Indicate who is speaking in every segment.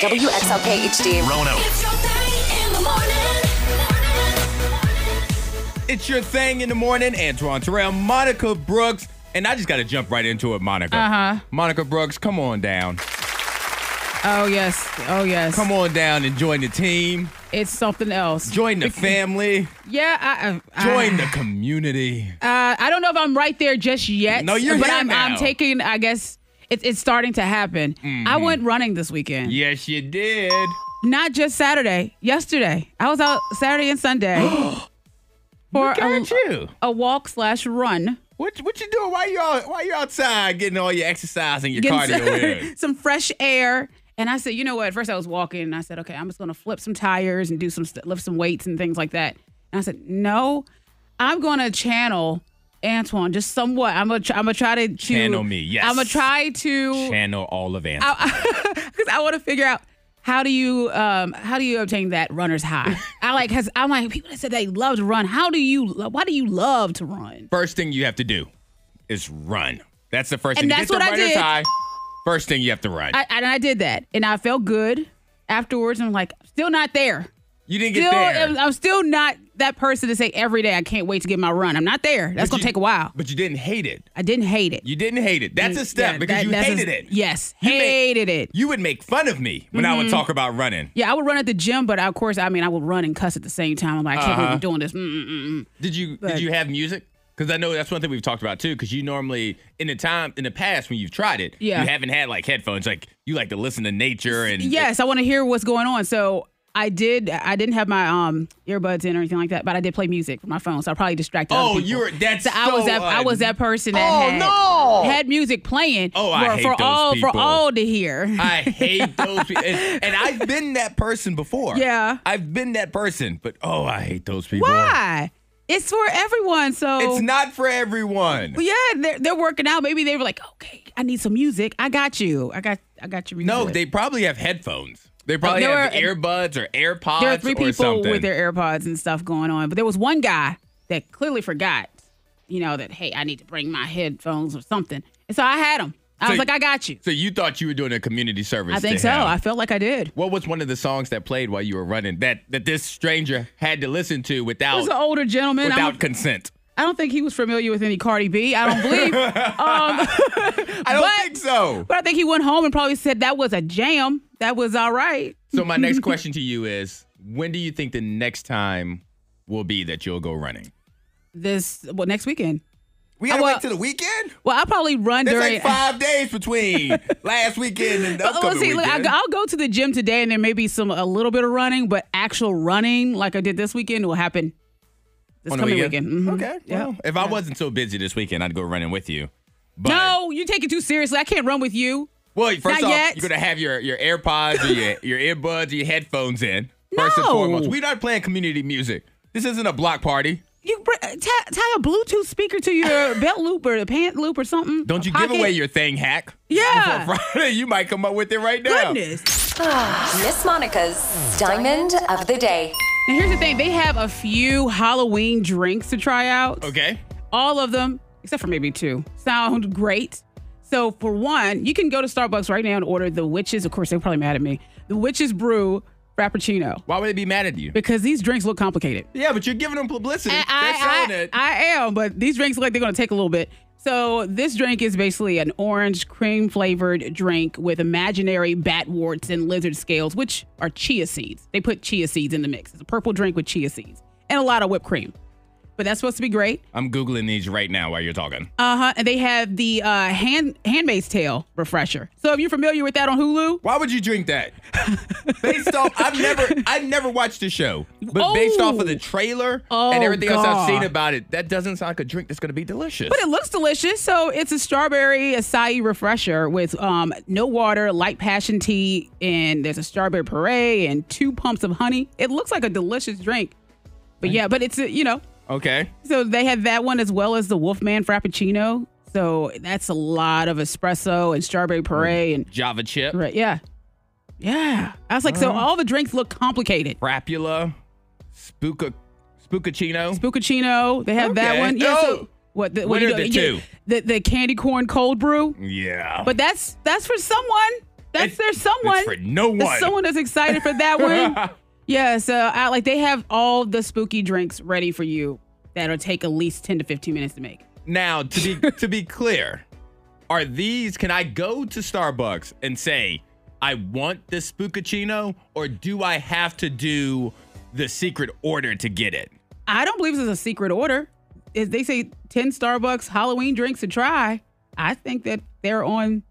Speaker 1: WXLK HD.
Speaker 2: Rono.
Speaker 3: It's your thing in the morning.
Speaker 4: It's your thing in the morning, Antoine Terrell, Monica Brooks, and I just got to jump right into it, Monica. Uh huh. Monica Brooks, come on down.
Speaker 5: Oh yes. Oh yes.
Speaker 4: Come on down and join the team,
Speaker 5: It's something else.
Speaker 4: join the family,
Speaker 5: yeah. I, I,
Speaker 4: join the community.
Speaker 5: I, I don't know if I'm right there just yet.
Speaker 4: No, you're
Speaker 5: But
Speaker 4: here
Speaker 5: I'm,
Speaker 4: now. Mm-hmm.
Speaker 5: I'm taking. I guess it's it's starting to happen. I went running this weekend.
Speaker 4: yes, you did.
Speaker 5: Not just Saturday. Yesterday, I was out Saturday and Sunday for
Speaker 4: Look
Speaker 5: a,
Speaker 4: at you.
Speaker 5: a walk slash run.
Speaker 4: What what you doing? Why you out, why you outside getting all your exercise and your
Speaker 5: getting
Speaker 4: cardio
Speaker 5: some,
Speaker 4: in?
Speaker 5: some fresh air. And I said, you know what? At first, I was walking, and I said, okay, I'm just gonna flip some tires and do some st- lift some weights and things like that. And I said, no, I'm gonna channel Antoine just somewhat. I'm gonna tr- I'm gonna try to, to
Speaker 4: Channel me, yes.
Speaker 5: I'm gonna try to
Speaker 4: Channel all of it.
Speaker 5: because I want to figure out how do you um how do you obtain that runner's high? I like has I'm like people that said they love to run. How do you? lo- Why do you love to run?
Speaker 4: First thing you have to do is run. That's the first
Speaker 5: And
Speaker 4: thing.
Speaker 5: that's
Speaker 4: you
Speaker 5: what
Speaker 4: get
Speaker 5: I
Speaker 4: the runner's
Speaker 5: did.
Speaker 4: high. First thing you have to run.
Speaker 5: I, and I did that, and I felt good afterwards. I'm like, still not there.
Speaker 4: you didn't get
Speaker 5: still,
Speaker 4: there.
Speaker 5: I'm, I'm still not that person to say every day I can't wait to get my run. I'm not there. That's
Speaker 4: But
Speaker 5: gonna
Speaker 4: you-
Speaker 5: take a while.
Speaker 4: But you didn't hate it.
Speaker 5: I didn't hate it.
Speaker 4: You didn't hate it. That's a step
Speaker 5: Yeah,
Speaker 4: because
Speaker 5: that-
Speaker 4: you
Speaker 5: that's a-
Speaker 4: hated it.
Speaker 5: Yes,
Speaker 4: You made-
Speaker 5: hated it.
Speaker 4: You would make fun of me when
Speaker 5: Mm-hmm.
Speaker 4: I would talk about running.
Speaker 5: Yeah, I would run at the gym, but of course, I mean, I would run and cuss at the same time. I'm like, I can't
Speaker 4: Uh-huh.
Speaker 5: believe I'm doing this. Mm. Mm-mm-mm.
Speaker 4: Did you
Speaker 5: But-
Speaker 4: did you have music? Because I know that's one thing we've talked about too. Because you normally in the time in the past when you've tried it,
Speaker 5: Yeah.
Speaker 4: you haven't had like headphones. Like you like to listen to nature and
Speaker 5: Yes, I want to hear what's going on. So I did. I didn't have my um earbuds in or anything like that, but I did play music from my phone, so I probably distracted.
Speaker 4: Oh,
Speaker 5: other people.
Speaker 4: you were- that's
Speaker 5: so I was
Speaker 4: so
Speaker 5: that I was
Speaker 4: un-
Speaker 5: that person that
Speaker 4: Oh,
Speaker 5: had,
Speaker 4: no!
Speaker 5: had music playing.
Speaker 4: Oh, I
Speaker 5: for,
Speaker 4: hate
Speaker 5: for
Speaker 4: those
Speaker 5: all
Speaker 4: people.
Speaker 5: for all to hear.
Speaker 4: I hate those people. And, and I've been that person before.
Speaker 5: Yeah.
Speaker 4: I've been that person, but oh, I hate those people.
Speaker 5: Why? It's for everyone. So
Speaker 4: It's not for everyone.
Speaker 5: Well, yeah, they're they're working out. Maybe they were like, okay, I need some music. I got you. I got I got your music.
Speaker 4: No, they probably have headphones. They probably
Speaker 5: there
Speaker 4: have
Speaker 5: were-
Speaker 4: earbuds or AirPods
Speaker 5: there are three
Speaker 4: or
Speaker 5: people
Speaker 4: something.
Speaker 5: with their AirPods and stuff going on, but there was one guy that clearly forgot. You know that hey, I need to bring my headphones or something. And so I had them. I
Speaker 4: So
Speaker 5: was
Speaker 4: you-
Speaker 5: like, I got you.
Speaker 4: so you thought you were doing a community service?
Speaker 5: I think
Speaker 4: to
Speaker 5: so.
Speaker 4: him.
Speaker 5: I felt like I did.
Speaker 4: what was one of the songs that played while you were running that that this stranger had to listen to
Speaker 5: It
Speaker 4: without
Speaker 5: was an older gentleman. I
Speaker 4: without
Speaker 5: don't,
Speaker 4: consent?
Speaker 5: I don't think he was familiar with any Cardi B. I don't believe. um,
Speaker 4: I don't
Speaker 5: But-
Speaker 4: think so.
Speaker 5: but I think he went home and probably said that was a jam. That was all right.
Speaker 4: So my next question to you is: When do you think the next time will be that you'll go running?
Speaker 5: This well next weekend.
Speaker 4: We
Speaker 5: gotta Well- wait
Speaker 4: till
Speaker 5: till
Speaker 4: the weekend.
Speaker 5: Well, I'll probably run
Speaker 4: There's
Speaker 5: during.
Speaker 4: like five days between last weekend and the
Speaker 5: Well,
Speaker 4: upcoming
Speaker 5: see, look, I,
Speaker 4: weekend.
Speaker 5: I'll go to the gym today, and there may be some a little bit of running, but actual running, like I did this weekend, will happen this
Speaker 4: On the
Speaker 5: coming weekend. Mhm.
Speaker 4: Okay.
Speaker 5: Yep.
Speaker 4: Well, if I wasn't so busy this weekend, I'd go running with you. But,
Speaker 5: No, you take it too seriously. I can't run with you.
Speaker 4: Well, first
Speaker 5: Not
Speaker 4: off,
Speaker 5: yet.
Speaker 4: you're gonna have your your AirPods or your, your earbuds or your headphones in. First and
Speaker 5: No.
Speaker 4: foremost, we're not playing community music. This isn't a block party.
Speaker 5: You br- tie, tie a Bluetooth speaker to your belt loop or the pant loop or something.
Speaker 4: Don't
Speaker 5: a
Speaker 4: you
Speaker 5: pocket.
Speaker 4: give away your thing, hack?
Speaker 5: Yeah.
Speaker 4: Before Friday, you might come up with it right now.
Speaker 5: goodness?
Speaker 1: Miss Monica's Diamond of the Day.
Speaker 5: Now here's the thing: they have a few Halloween drinks to try out.
Speaker 4: Okay.
Speaker 5: all of them, except for maybe two, sound great. So for one, you can go to Starbucks right now and order the witches. Of course, they're probably mad at me. The witches brew frappuccino
Speaker 4: Why would they be mad at you?
Speaker 5: because these drinks look complicated.
Speaker 4: Yeah, but you're giving them publicity. They're
Speaker 5: I,
Speaker 4: selling
Speaker 5: I,
Speaker 4: it.
Speaker 5: I am, but these drinks look like they're going to take a little bit. So this drink is basically an orange cream flavored drink with imaginary batworts and lizard scales, which are chia seeds. They put chia seeds in the mix. It's a purple drink with chia seeds and a lot of whipped cream. But that's supposed to be great.
Speaker 4: I'm googling these right now while you're talking.
Speaker 5: Uh huh. And they have the uh, hand Handmaid's Tale refresher. So if you're familiar with that on Hulu,
Speaker 4: Why would you drink that? based off, I've never, I've never watched the show, but based
Speaker 5: Oh.
Speaker 4: off of the trailer
Speaker 5: Oh,
Speaker 4: and everything else I've
Speaker 5: God.
Speaker 4: seen about it, that doesn't sound like a drink that's going to be delicious.
Speaker 5: but it looks delicious. So it's a strawberry acai refresher with um, no water, light passion tea, and there's a strawberry puree and two pumps of honey. It looks like a delicious drink. But yeah, but it's a, you know,
Speaker 4: okay.
Speaker 5: so they have that one as well as the Wolfman Frappuccino. So that's a lot of espresso and strawberry puree and
Speaker 4: Java chip,
Speaker 5: right, yeah, yeah. I was like, so all the drinks look complicated.
Speaker 4: Frapula, Spooka, Spookachino.
Speaker 5: Bucacino. They have
Speaker 4: Okay.
Speaker 5: that one. Yeah.
Speaker 4: Oh.
Speaker 5: So what? The,
Speaker 4: What
Speaker 5: what you
Speaker 4: are
Speaker 5: go-
Speaker 4: the
Speaker 5: you-
Speaker 4: two?
Speaker 5: The, the candy corn cold brew.
Speaker 4: yeah.
Speaker 5: But that's that's for someone. That's
Speaker 4: It-
Speaker 5: there's someone.
Speaker 4: it's for no
Speaker 5: there's
Speaker 4: one.
Speaker 5: someone that's excited for that one. yeah. So I like they have all the spooky drinks ready for you that'll take at least ten to fifteen minutes to make.
Speaker 4: Now, to be to be clear, are these? Can I go to Starbucks and say I want this spookaccino, or do I have to do the secret order to get it?
Speaker 5: I don't believe this is a secret order. Is they say ten Starbucks Halloween drinks to try. I think that they're on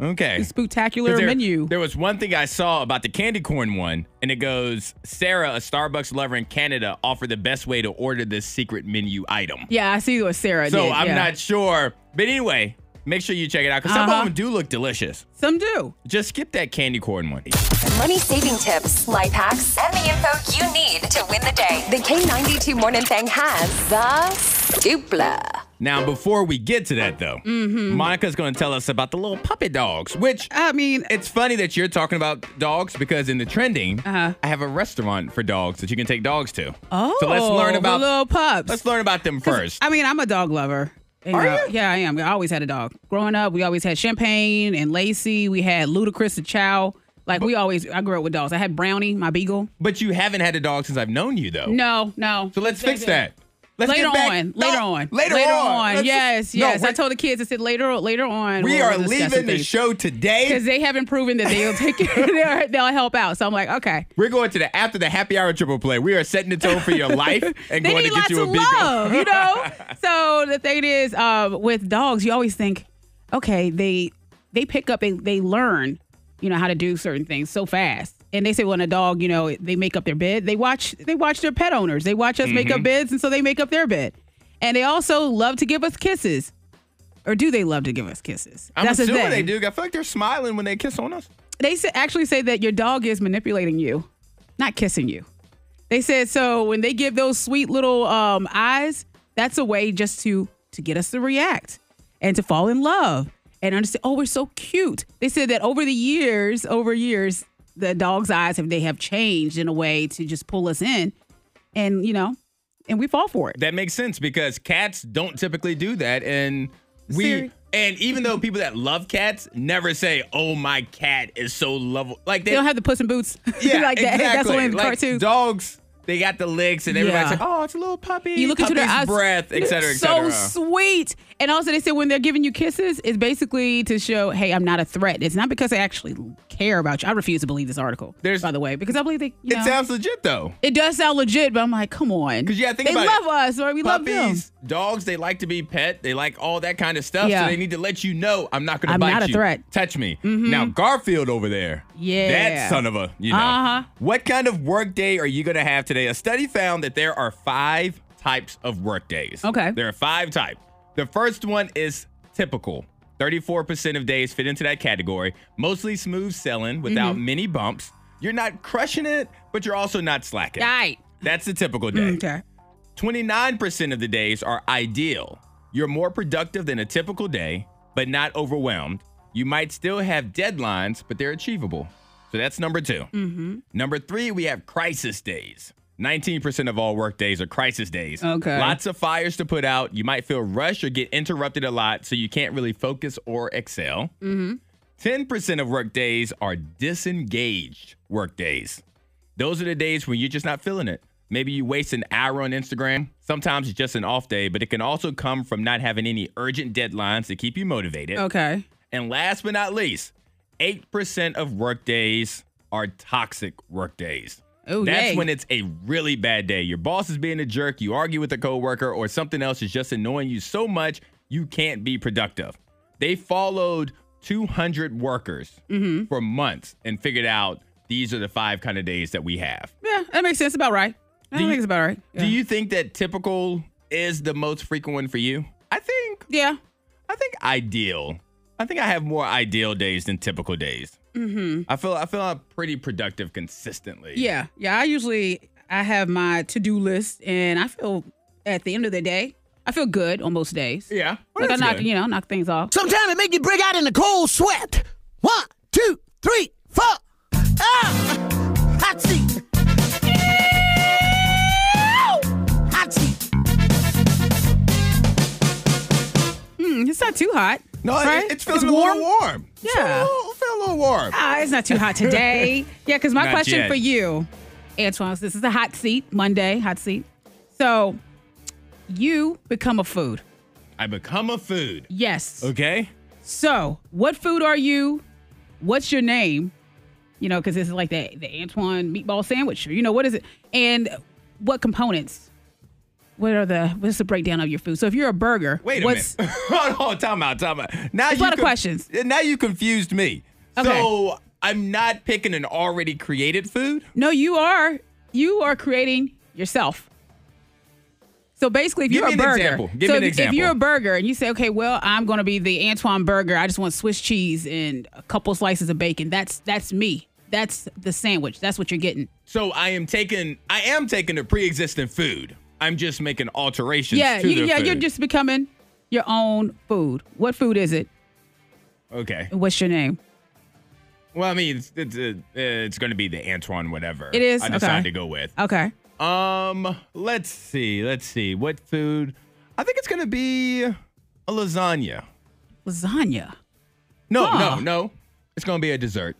Speaker 4: Okay.
Speaker 5: the spooktacular
Speaker 4: 'Cause there-
Speaker 5: menu.
Speaker 4: There was one thing I saw about the candy corn one, and it goes, Sarah, a Starbucks lover in Canada, offered the best way to order this secret menu item.
Speaker 5: yeah, I see what Sarah
Speaker 4: so
Speaker 5: did.
Speaker 4: I'm
Speaker 5: yeah.
Speaker 4: not sure. But anyway, make sure you check it out because some
Speaker 5: Uh-huh.
Speaker 4: of them do look delicious.
Speaker 5: Some do.
Speaker 4: Just skip that candy corn one.
Speaker 1: Money saving tips, life hacks, and the info you need to win the day. The K92 Morning Thing has the Dupla.
Speaker 4: Now, before we get to that, though,
Speaker 5: Mm-hmm.
Speaker 4: Monica's going to tell us about the little puppy dogs, which
Speaker 5: I mean,
Speaker 4: it's funny that you're talking about dogs because in the trending,
Speaker 5: Uh-huh.
Speaker 4: I have a restaurant for dogs that you can take dogs to.
Speaker 5: oh,
Speaker 4: so let's learn
Speaker 5: the
Speaker 4: about
Speaker 5: little pups.
Speaker 4: let's learn about them first.
Speaker 5: I mean, I'm a dog lover. And,
Speaker 4: Are
Speaker 5: uh,
Speaker 4: you?
Speaker 5: Yeah, I am. I always had a dog. Growing up, we always had Champagne and Lacey. We had Ludacris the Chow. Like we always, I grew up with dogs. I had Brownie, my beagle.
Speaker 4: But you haven't had a dog since I've known you, though.
Speaker 5: No, no.
Speaker 4: So let's fix that. Let's
Speaker 5: Later
Speaker 4: get back-
Speaker 5: on,
Speaker 4: No,
Speaker 5: later on,
Speaker 4: Later,
Speaker 5: on.
Speaker 4: Let's-
Speaker 5: yes,
Speaker 4: No,
Speaker 5: yes. I
Speaker 4: we're-
Speaker 5: told the kids I said later, later on.
Speaker 4: we
Speaker 5: we'll
Speaker 4: are
Speaker 5: discuss some
Speaker 4: leaving the
Speaker 5: things.
Speaker 4: show today.
Speaker 5: because they haven't proven that they'll take it. they'll help out. So I'm like, okay.
Speaker 4: We're going to the after the happy hour triple play. We are setting the tone for your life and
Speaker 5: they
Speaker 4: going to
Speaker 5: need
Speaker 4: get
Speaker 5: lots
Speaker 4: you a
Speaker 5: of
Speaker 4: big
Speaker 5: love, you know. so the thing is, um, with dogs, you always think, okay, they they pick up, they they learn, you know, how to do certain things so fast. And they say when a dog, you know, they make up their bed, they watch they watch their pet owners, they watch us
Speaker 4: Mm-hmm.
Speaker 5: make up beds, and so they make up their bed. And they also love to give us kisses, or do they love to give us kisses?
Speaker 4: I'm
Speaker 5: That's the
Speaker 4: assuming
Speaker 5: thing.
Speaker 4: they do. I feel like they're smiling when they kiss on us.
Speaker 5: They sa- actually say that your dog is manipulating you, not kissing you. They said so when they give those sweet little um, eyes, that's a way just to to get us to react and to fall in love and understand. Oh, we're so cute. They said that over the years, over years, the dog's eyes have they have changed in a way to just pull us in, and you know, and we fall for it.
Speaker 4: That makes sense because cats don't typically do that, and we
Speaker 5: Siri.
Speaker 4: and even though people that love cats never say, "Oh, my cat is so lovable," like they,
Speaker 5: They don't have the puss in boots
Speaker 4: yeah,
Speaker 5: like that. That's
Speaker 4: exactly.
Speaker 5: only in the
Speaker 4: Like,
Speaker 5: cartoons.
Speaker 4: Dogs, they got the legs, and everybody's
Speaker 5: Yeah.
Speaker 4: like, "Oh, it's a little puppy."
Speaker 5: You look into their
Speaker 4: puppy's
Speaker 5: eyes,
Speaker 4: breath, et cetera, et
Speaker 5: So
Speaker 4: cetera.
Speaker 5: sweet. And also, they said when they're giving you kisses, it's basically to show, hey, I'm not a threat. It's not because I actually care about you. I refuse to believe this article.
Speaker 4: There's-
Speaker 5: by the way, because I believe they. You
Speaker 4: it
Speaker 5: know,
Speaker 4: sounds legit though.
Speaker 5: it does sound legit, but I'm like, come on.
Speaker 4: 'Cause, yeah, think
Speaker 5: they
Speaker 4: about it.
Speaker 5: love us or we love them.
Speaker 4: Puppies, dogs, they like to be pet. They like all that kind of stuff.
Speaker 5: Yeah.
Speaker 4: So they need to let you know I'm not going to
Speaker 5: I'm
Speaker 4: bite
Speaker 5: not a
Speaker 4: you.
Speaker 5: threat. Mm-hmm.
Speaker 4: Touch me. Now, Garfield over there.
Speaker 5: Yeah.
Speaker 4: That son of a, you know.
Speaker 5: Uh-huh.
Speaker 4: What kind of work day are you going to have today? A study found that there are five types of work days.
Speaker 5: Okay.
Speaker 4: There are five types. The first one is typical. 34% of days fit into that category. Mostly smooth selling without
Speaker 5: Mm-hmm.
Speaker 4: many bumps. You're not crushing it, but you're also not slacking.
Speaker 5: Right.
Speaker 4: That's the typical day.
Speaker 5: Okay.
Speaker 4: 29% of the days are ideal. You're more productive than a typical day, but not overwhelmed. You might still have deadlines, but they're achievable. So that's number 2 Number three, we have crisis days. 19% of all work days are crisis days.
Speaker 5: Okay.
Speaker 4: Lots of fires to put out. You might feel rushed or get interrupted a lot, so you can't really focus or excel. 10% of work days are disengaged work days. Those are the days when you're just not feeling it. Maybe you waste an hour on Instagram. Sometimes it's just an off day, but it can also come from not having any urgent deadlines to keep you motivated.
Speaker 5: Okay.
Speaker 4: And last but not least, 8% of work days are toxic work days.
Speaker 5: Oh,
Speaker 4: That's
Speaker 5: yay.
Speaker 4: when it's a really bad day. Your boss is being a jerk, you argue with a coworker, or something else is just annoying you so much you can't be productive. They followed 200 workers
Speaker 5: Mm-hmm.
Speaker 4: for months and figured out these are the five kind of days that we have.
Speaker 5: Yeah, that makes sense. About right. I
Speaker 4: you-
Speaker 5: think it's about right. Yeah.
Speaker 4: Do you think that typical is the most frequent one for you? I think
Speaker 5: yeah.
Speaker 4: I think ideal. I think I have more ideal days than typical days. Mm-hmm. I feel I feel I'm pretty productive consistently.
Speaker 5: Yeah, yeah. I usually I have my to do list, and I feel at the end of the day, I feel good on most days.
Speaker 4: yeah. Well,
Speaker 5: Like I
Speaker 4: that's
Speaker 5: knock,
Speaker 4: good.
Speaker 5: you know, knock things off.
Speaker 2: Sometimes it make you break out in a cold sweat. One, two, three, four. Ah! Hot seat. Ew! Hot seat.
Speaker 5: Mm, It's not too hot.
Speaker 4: No, it-
Speaker 5: right?
Speaker 4: it's feeling a little warm. It's a
Speaker 5: Yeah.
Speaker 4: little- feel a little warm.
Speaker 5: Ah, it's not too hot today. yeah, because my
Speaker 4: Not
Speaker 5: question
Speaker 4: yet.
Speaker 5: for you, Antoine, so this is a hot seat, Monday, hot seat. So you become a food.
Speaker 4: I become a food.
Speaker 5: Yes.
Speaker 4: Okay.
Speaker 5: So what food are you? What's your name? You know, because this is like the, the Antoine meatball sandwich. or, You know, what is it? And what components? What are the, what's the breakdown of your food? So if you're a burger,
Speaker 4: Wait a
Speaker 5: what's,
Speaker 4: minute. Hold on, time out, time out. Now
Speaker 5: There's a
Speaker 4: you
Speaker 5: lot of questions.
Speaker 4: Now you confused me. So
Speaker 5: Okay.
Speaker 4: I'm not picking an already created food.
Speaker 5: No, you are. You are creating yourself. So basically, if
Speaker 4: Give
Speaker 5: you're
Speaker 4: me
Speaker 5: a
Speaker 4: an
Speaker 5: burger,
Speaker 4: example. Give
Speaker 5: so
Speaker 4: me an
Speaker 5: if-
Speaker 4: example.
Speaker 5: if you're a burger and you say, okay, well, I'm going to be the Antoine burger. I just want Swiss cheese and a couple slices of bacon. That's that's me. That's the sandwich. That's what you're getting.
Speaker 4: So I am taking I am taking a pre-existing food. I'm just making alterations.
Speaker 5: yeah,
Speaker 4: to
Speaker 5: you,
Speaker 4: the
Speaker 5: yeah. You're
Speaker 4: food.
Speaker 5: just becoming your own food. What food is it?
Speaker 4: okay.
Speaker 5: And What's your name?
Speaker 4: Well, I mean, it's it's, uh, it's going to be the Antoine whatever.
Speaker 5: It is?
Speaker 4: I
Speaker 5: Okay.
Speaker 4: decided to go with.
Speaker 5: Okay.
Speaker 4: Um, let's see, let's see what food. I think it's going to be a lasagna.
Speaker 5: Lasagna.
Speaker 4: No,
Speaker 5: Huh.
Speaker 4: no, no. It's going to be a dessert.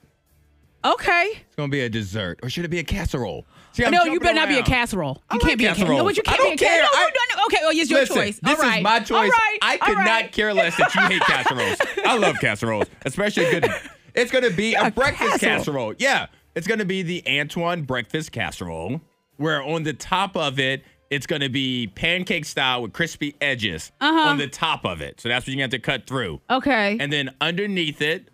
Speaker 5: Okay.
Speaker 4: It's gonna be a dessert, or should it be a casserole? See,
Speaker 5: no, you
Speaker 4: jumping
Speaker 5: better not be a
Speaker 4: around.
Speaker 5: casserole.
Speaker 4: I
Speaker 5: You
Speaker 4: like
Speaker 5: can't be a casserole.
Speaker 4: casseroles.
Speaker 5: No, but you
Speaker 4: I
Speaker 5: can't
Speaker 4: don't
Speaker 5: be a
Speaker 4: care.
Speaker 5: casserole.
Speaker 4: I-
Speaker 5: No, no, no. Okay. Oh, it's your
Speaker 4: Listen,
Speaker 5: choice.
Speaker 4: This
Speaker 5: All right.
Speaker 4: is my choice.
Speaker 5: All right.
Speaker 4: I
Speaker 5: All
Speaker 4: could
Speaker 5: right.
Speaker 4: not care less that you hate casseroles. I love casseroles, especially good. It's gonna be a,
Speaker 5: A
Speaker 4: breakfast
Speaker 5: casserole.
Speaker 4: casserole. Yeah, it's gonna be the Antoine breakfast casserole, where on the top of it. It's gonna be pancake style with crispy edges
Speaker 5: Uh-huh.
Speaker 4: on the top of it. So that's what you have to cut through.
Speaker 5: Okay.
Speaker 4: And then underneath it,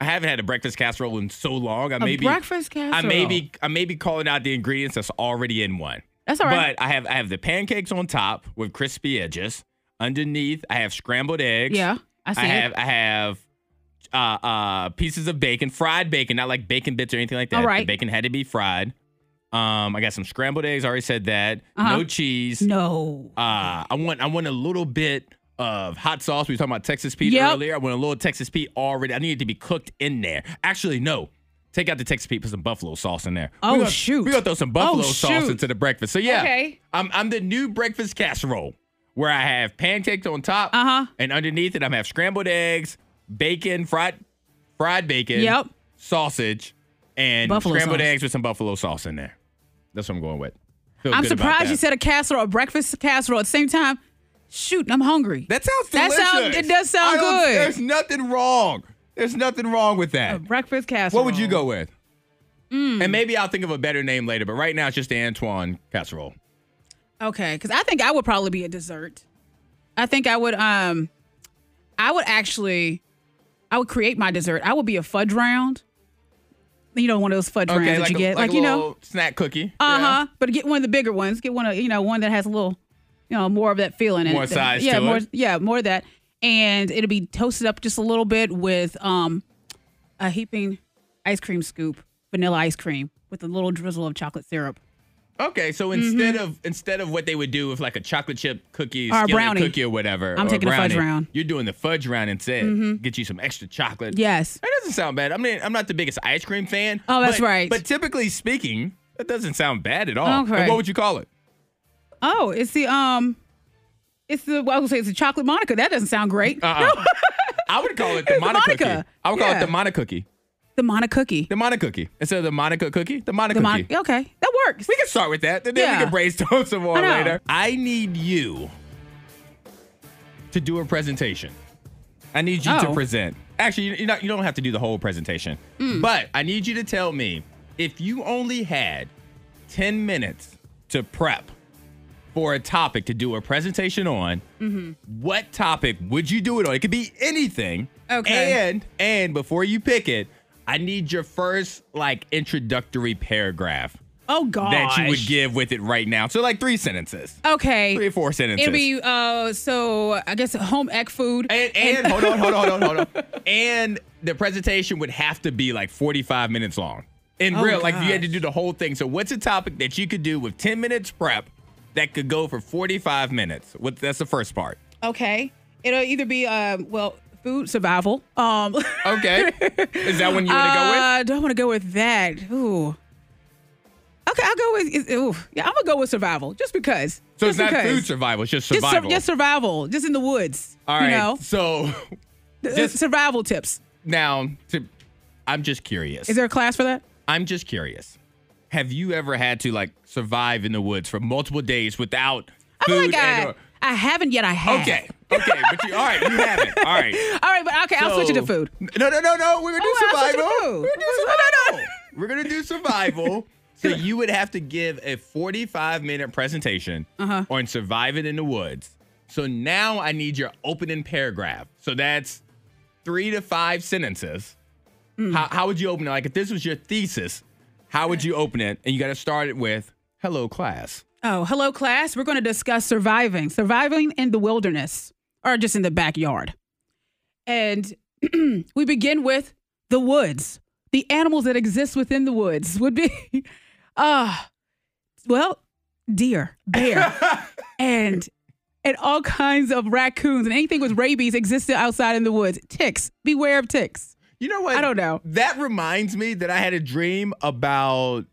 Speaker 4: I haven't had a breakfast casserole in so long. I maybe
Speaker 5: breakfast
Speaker 4: I
Speaker 5: casserole.
Speaker 4: maybe I may be calling out the ingredients that's already in one.
Speaker 5: That's all right.
Speaker 4: But I have I have the pancakes on top with crispy edges. Underneath, I have scrambled eggs.
Speaker 5: Yeah, I see
Speaker 4: I
Speaker 5: it.
Speaker 4: have I have uh, uh, pieces of bacon, fried bacon, not like bacon bits or anything like that.
Speaker 5: All
Speaker 4: The
Speaker 5: right.
Speaker 4: bacon had to be fried. Um, I got some scrambled eggs. I already said that.
Speaker 5: Uh-huh.
Speaker 4: No cheese.
Speaker 5: No.
Speaker 4: Uh, I want I want a little bit of hot sauce. We were talking about Texas Pete
Speaker 5: Yep.
Speaker 4: earlier. I want a little Texas Pete already. I need it to be cooked in there. Actually, no. Take out the Texas Pete, put some buffalo sauce in there.
Speaker 5: Oh,
Speaker 4: we gonna,
Speaker 5: shoot.
Speaker 4: We gonna throw some buffalo
Speaker 5: Oh,
Speaker 4: sauce
Speaker 5: shoot.
Speaker 4: into the breakfast. So yeah,
Speaker 5: Okay.
Speaker 4: I'm I'm the new breakfast casserole where I have pancakes on top,
Speaker 5: Uh-huh.
Speaker 4: and underneath it I'm have scrambled eggs, bacon, fried fried bacon,
Speaker 5: Yep.
Speaker 4: sausage, and
Speaker 5: Buffalo
Speaker 4: scrambled
Speaker 5: sauce.
Speaker 4: eggs with some buffalo sauce in there. That's what I'm going with. Feel
Speaker 5: I'm
Speaker 4: good about
Speaker 5: surprised
Speaker 4: that.
Speaker 5: you said a casserole, a breakfast casserole at the same time. Shoot, I'm hungry.
Speaker 4: That sounds
Speaker 5: That
Speaker 4: delicious.
Speaker 5: sound- it does sound
Speaker 4: I don't-
Speaker 5: good.
Speaker 4: There's nothing wrong. There's nothing wrong with
Speaker 5: a
Speaker 4: that.
Speaker 5: breakfast casserole.
Speaker 4: What would you go with?
Speaker 5: Hmm.
Speaker 4: And maybe I'll think of a better name later, but right now it's just the Antoine casserole.
Speaker 5: Okay, because I think I would probably be a dessert. I think I would. Um, I would actually, I would create my dessert. I would be a fudge round. You know, one of those fudge rounds that you get,
Speaker 4: like,
Speaker 5: you
Speaker 4: a
Speaker 5: know,
Speaker 4: little snack cookie.
Speaker 5: uh huh. But get one of the bigger ones. Get one of you know one that has a little, you know, more of that feeling. in
Speaker 4: More
Speaker 5: it.
Speaker 4: size
Speaker 5: Yeah,
Speaker 4: to
Speaker 5: more.
Speaker 4: it.
Speaker 5: Yeah, more of that. And it'll be toasted up just a little bit with um, a heaping ice cream scoop, vanilla ice cream with a little drizzle of chocolate syrup.
Speaker 4: Yeah. Okay, so
Speaker 5: Mm-hmm.
Speaker 4: instead of instead of what they would do with like a chocolate chip cookie,
Speaker 5: Or a
Speaker 4: skillet
Speaker 5: brownie.
Speaker 4: cookie or whatever,
Speaker 5: I'm
Speaker 4: or
Speaker 5: taking a fudge
Speaker 4: brownie,
Speaker 5: round. Mm-hmm.
Speaker 4: You're doing the fudge round instead. Get you some extra chocolate.
Speaker 5: Yes.
Speaker 4: That doesn't sound bad. I mean, I'm not the biggest ice cream fan.
Speaker 5: Oh, that's
Speaker 4: but-
Speaker 5: right.
Speaker 4: But typically speaking, that doesn't sound bad at all.
Speaker 5: Okay.
Speaker 4: And what would you call it?
Speaker 5: Oh, it's the um, it's the well, I was gonna say it's the chocolate Monica. That doesn't sound great.
Speaker 4: Uh-uh. I would call it the
Speaker 5: It's
Speaker 4: Monica
Speaker 5: Monica.
Speaker 4: cookie. I would call it
Speaker 5: Yeah.
Speaker 4: the Monica cookie.
Speaker 5: the Monica cookie.
Speaker 4: The Monica cookie. Instead of the Monica cookie, the Monica
Speaker 5: The
Speaker 4: cookie.
Speaker 5: Monica. Okay, that works.
Speaker 4: we can start with that. Then
Speaker 5: Yeah.
Speaker 4: we can brainstorm some more
Speaker 5: I know.
Speaker 4: later. I need you to do a presentation. I need you to
Speaker 5: Oh.
Speaker 4: present. Actually, you- you're not, you don't have to do the whole presentation,
Speaker 5: Mm.
Speaker 4: but I need you to tell me if you only had 10 minutes to prep for a topic to do a presentation on,
Speaker 5: Mm-hmm.
Speaker 4: what topic would you do it on? It could be anything.
Speaker 5: Okay.
Speaker 4: And and before you pick it, I need your first like introductory paragraph
Speaker 5: Oh God.
Speaker 4: that you would give with it right now. So like three sentences,
Speaker 5: Okay.
Speaker 4: three or four sentences.
Speaker 5: Oh, It'll be uh, so I guess home ec food.
Speaker 4: and, and hold on, hold on, hold on, hold on. And the presentation would have to be like 45 minutes long. In
Speaker 5: Oh,
Speaker 4: real, like you had to
Speaker 5: gosh.
Speaker 4: do the whole thing. So what's a topic that you could do with 10 minutes prep that could go for 45 minutes? What that's the first part.
Speaker 5: Okay. It'll either be um, well, food survival. Um
Speaker 4: Okay. Is that one you want to go with?
Speaker 5: uh, do I want to go with that? Ooh. Okay, I'll go with is- ooh. Yeah, I'm gonna go with survival just because.
Speaker 4: So
Speaker 5: just
Speaker 4: it's not
Speaker 5: because.
Speaker 4: food survival, it's just
Speaker 5: Just, sur-
Speaker 4: survival.
Speaker 5: just survival, just in the woods. Uh,
Speaker 4: All right.
Speaker 5: You know,
Speaker 4: So
Speaker 5: Th-
Speaker 4: just-
Speaker 5: survival tips.
Speaker 4: now to I'm just curious.
Speaker 5: Is there a class for that?
Speaker 4: I'm just curious. Have you ever had to like survive in the woods for multiple days without
Speaker 5: I feel
Speaker 4: food
Speaker 5: like
Speaker 4: and
Speaker 5: I,
Speaker 4: or
Speaker 5: Oh I haven't yet. I have.
Speaker 4: Okay. Okay, but you all right, you haven't. All right.
Speaker 5: All right, but okay, I'll switch it
Speaker 4: So-
Speaker 5: to food.
Speaker 4: No, no, no, no. We're gonna do
Speaker 5: Oh, I'll switch it to
Speaker 4: survival.
Speaker 5: food.
Speaker 4: We're gonna do
Speaker 5: No, no, no.
Speaker 4: survival. We're gonna do survival. so you would have to give a 45 minute presentation
Speaker 5: Uh-huh.
Speaker 4: on surviving in the woods. So now I need your opening paragraph. So that's three to five sentences.
Speaker 5: Hmm.
Speaker 4: How, how would you open it? Like if this was your thesis, how would you open it? And you got to start it with "Hello, class."
Speaker 5: Oh, hello, class. We're going to discuss surviving, surviving in the wilderness or just in the backyard. And we begin with the woods, the animals that exist within the woods would be, uh, well, deer, bear, and and all kinds of raccoons and anything with rabies existed outside in the woods. Ticks, beware of ticks.
Speaker 4: You know what?
Speaker 5: I don't know.
Speaker 4: That reminds me that I had a dream about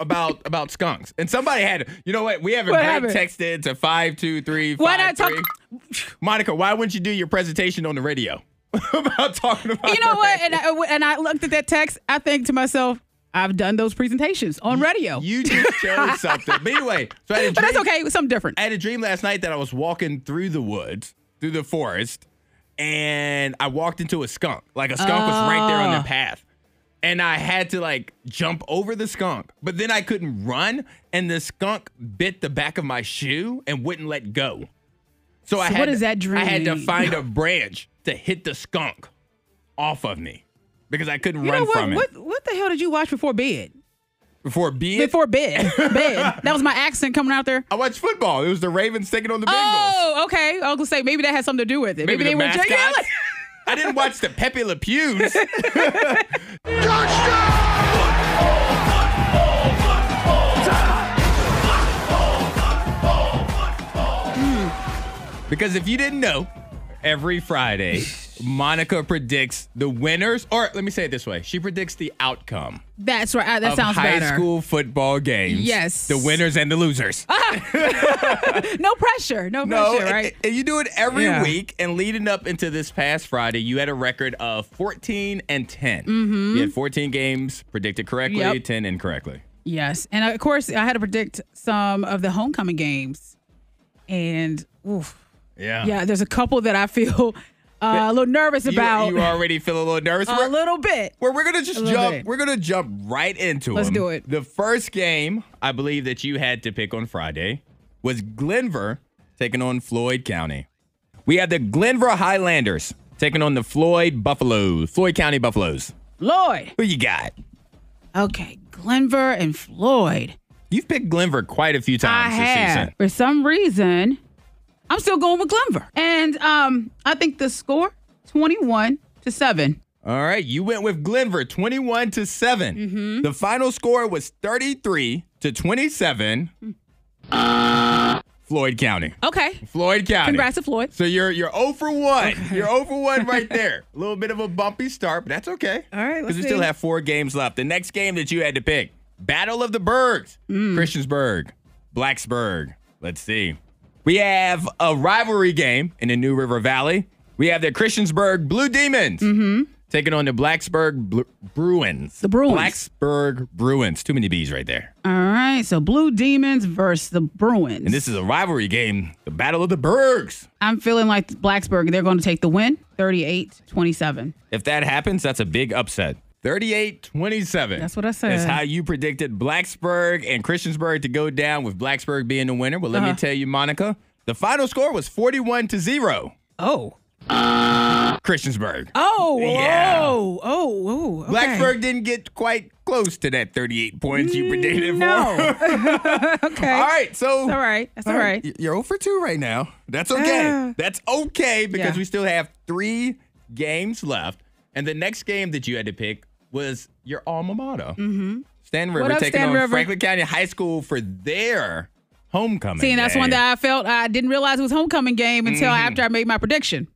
Speaker 4: about about skunks, and somebody had. You know what? We have a
Speaker 5: What
Speaker 4: group
Speaker 5: happened?
Speaker 4: texted to five two three five
Speaker 5: Why not talk?
Speaker 4: three. Monica, why wouldn't you do your presentation on the radio about talking about?
Speaker 5: You know
Speaker 4: the
Speaker 5: what?
Speaker 4: radio?
Speaker 5: And I, and I looked at that text. I think to myself, I've done those presentations on radio.
Speaker 4: You just chose something. But anyway, so I had a dream,
Speaker 5: but that's okay. Something different.
Speaker 4: I had a dream last night that I was walking through the woods, through the forest, and I walked into a skunk. Like a skunk was right there on
Speaker 5: Oh.
Speaker 4: the path. And I had to like jump over the skunk, but then I couldn't run, and the skunk bit the back of my shoe and wouldn't let go. So, I
Speaker 5: So
Speaker 4: had
Speaker 5: what
Speaker 4: to-
Speaker 5: does that dream
Speaker 4: I had to
Speaker 5: mean?
Speaker 4: find a branch to hit the skunk off of me because I couldn't
Speaker 5: You
Speaker 4: run
Speaker 5: know what?
Speaker 4: from
Speaker 5: What
Speaker 4: it
Speaker 5: what the hell did you watch before bed?
Speaker 4: before being.
Speaker 5: Before bed, bed. That was my accent coming out there.
Speaker 4: I watched football. It was the Ravens taking on the Bengals.
Speaker 5: Oh, okay. I was gonna say maybe that had something to do with it.
Speaker 4: Maybe, the
Speaker 5: were
Speaker 4: mascots.
Speaker 5: yeah, like-
Speaker 4: I didn't watch the Pepe Le Pews. Hmm. because if you didn't know, every Friday, Monica predicts the winners, or let me say it this way: she predicts the outcome
Speaker 5: That's right. Uh, That
Speaker 4: of
Speaker 5: sounds
Speaker 4: high
Speaker 5: better.
Speaker 4: school football games.
Speaker 5: Yes.
Speaker 4: the winners and the losers.
Speaker 5: No pressure. No,
Speaker 4: No,
Speaker 5: pressure.
Speaker 4: and-
Speaker 5: Right.
Speaker 4: and you do it every
Speaker 5: Yeah.
Speaker 4: week. And leading up into this past Friday, you had a record of 14 and 10. You had 14 games predicted correctly,
Speaker 5: Mm-hmm. Yep.
Speaker 4: 10 incorrectly.
Speaker 5: Yes. And uh, of course, I had to predict some of the homecoming games, and oof,
Speaker 4: Yeah.
Speaker 5: yeah, there's a couple that I feel uh, a little nervous
Speaker 4: Uh. You,
Speaker 5: about.
Speaker 4: you already feel a little nervous.
Speaker 5: a
Speaker 4: We're-
Speaker 5: little bit.
Speaker 4: Well, we're gonna just
Speaker 5: little
Speaker 4: jump.
Speaker 5: bit.
Speaker 4: We're gonna jump right into it.
Speaker 5: Let's do it.
Speaker 4: The first game I believe that you had to pick on Friday was Glenver taking on Floyd County. We had the Glenver Highlanders taking on the Floyd Buffaloes, Floyd County Buffaloes.
Speaker 5: Lloyd.
Speaker 4: Who you got?
Speaker 5: Okay, Glenver and Floyd.
Speaker 4: You've picked Glenver quite a few
Speaker 5: I
Speaker 4: times this
Speaker 5: have.
Speaker 4: season.
Speaker 5: For some reason, I'm still going with Glenver. And um, I think the score 21 to 7.
Speaker 4: All right, you went with Glenver 21 to 7.
Speaker 5: Mm-hmm.
Speaker 4: The final score was 33 to 27. Floyd County.
Speaker 5: Okay.
Speaker 4: Floyd County.
Speaker 5: Hmm. Congrats to Floyd.
Speaker 4: So you're you're 0 for 1. You're 0 for 1 right there. A little bit of a bumpy start, but that's okay.
Speaker 5: All right,
Speaker 4: Because
Speaker 5: let's
Speaker 4: we still
Speaker 5: see.
Speaker 4: have four games left. The next game that you had to pick Battle of the Bergs,
Speaker 5: Hmm.
Speaker 4: Christiansburg, Blacksburg. Let's see. We have a rivalry game in the New River Valley. We have the Christiansburg Blue Demons taking on the Blacksburg Blu- Bruins.
Speaker 5: Mm-hmm. The Bruins.
Speaker 4: Blacksburg Bruins. Too many B's right there.
Speaker 5: All right. So Blue Demons versus the Bruins.
Speaker 4: And this is a rivalry game, the Battle of the Bergs.
Speaker 5: I'm feeling like Blacksburg, they're going to take the win 38 27.
Speaker 4: If that happens, that's a big upset. 38 27.
Speaker 5: That's what I said.
Speaker 4: That's how you predicted Blacksburg and Christiansburg to go down with Blacksburg being the winner. Well, let
Speaker 5: Uh-huh.
Speaker 4: me tell you, Monica, the final score was 41 to 0.
Speaker 5: Oh.
Speaker 4: Christiansburg.
Speaker 5: Oh.
Speaker 4: Yeah.
Speaker 5: Oh. Oh. oh okay.
Speaker 4: Blacksburg didn't get quite close to that 38 points you predicted it for.
Speaker 5: Mm, No. okay.
Speaker 4: All right, so
Speaker 5: All right. That's all right.
Speaker 4: Y- You're 0 for 2 right now. That's okay.
Speaker 5: Ah.
Speaker 4: That's okay because
Speaker 5: Yeah.
Speaker 4: we still have three games left. And the next game that you had to pick was your alma mater. Mm-hmm. Stan River
Speaker 5: up,
Speaker 4: taking
Speaker 5: Stan
Speaker 4: on
Speaker 5: River?
Speaker 4: Franklin County High School for their homecoming.
Speaker 5: See, and that's one
Speaker 4: game.
Speaker 5: that I felt I didn't realize it was homecoming game until
Speaker 4: Mm-hmm.
Speaker 5: after I made my prediction.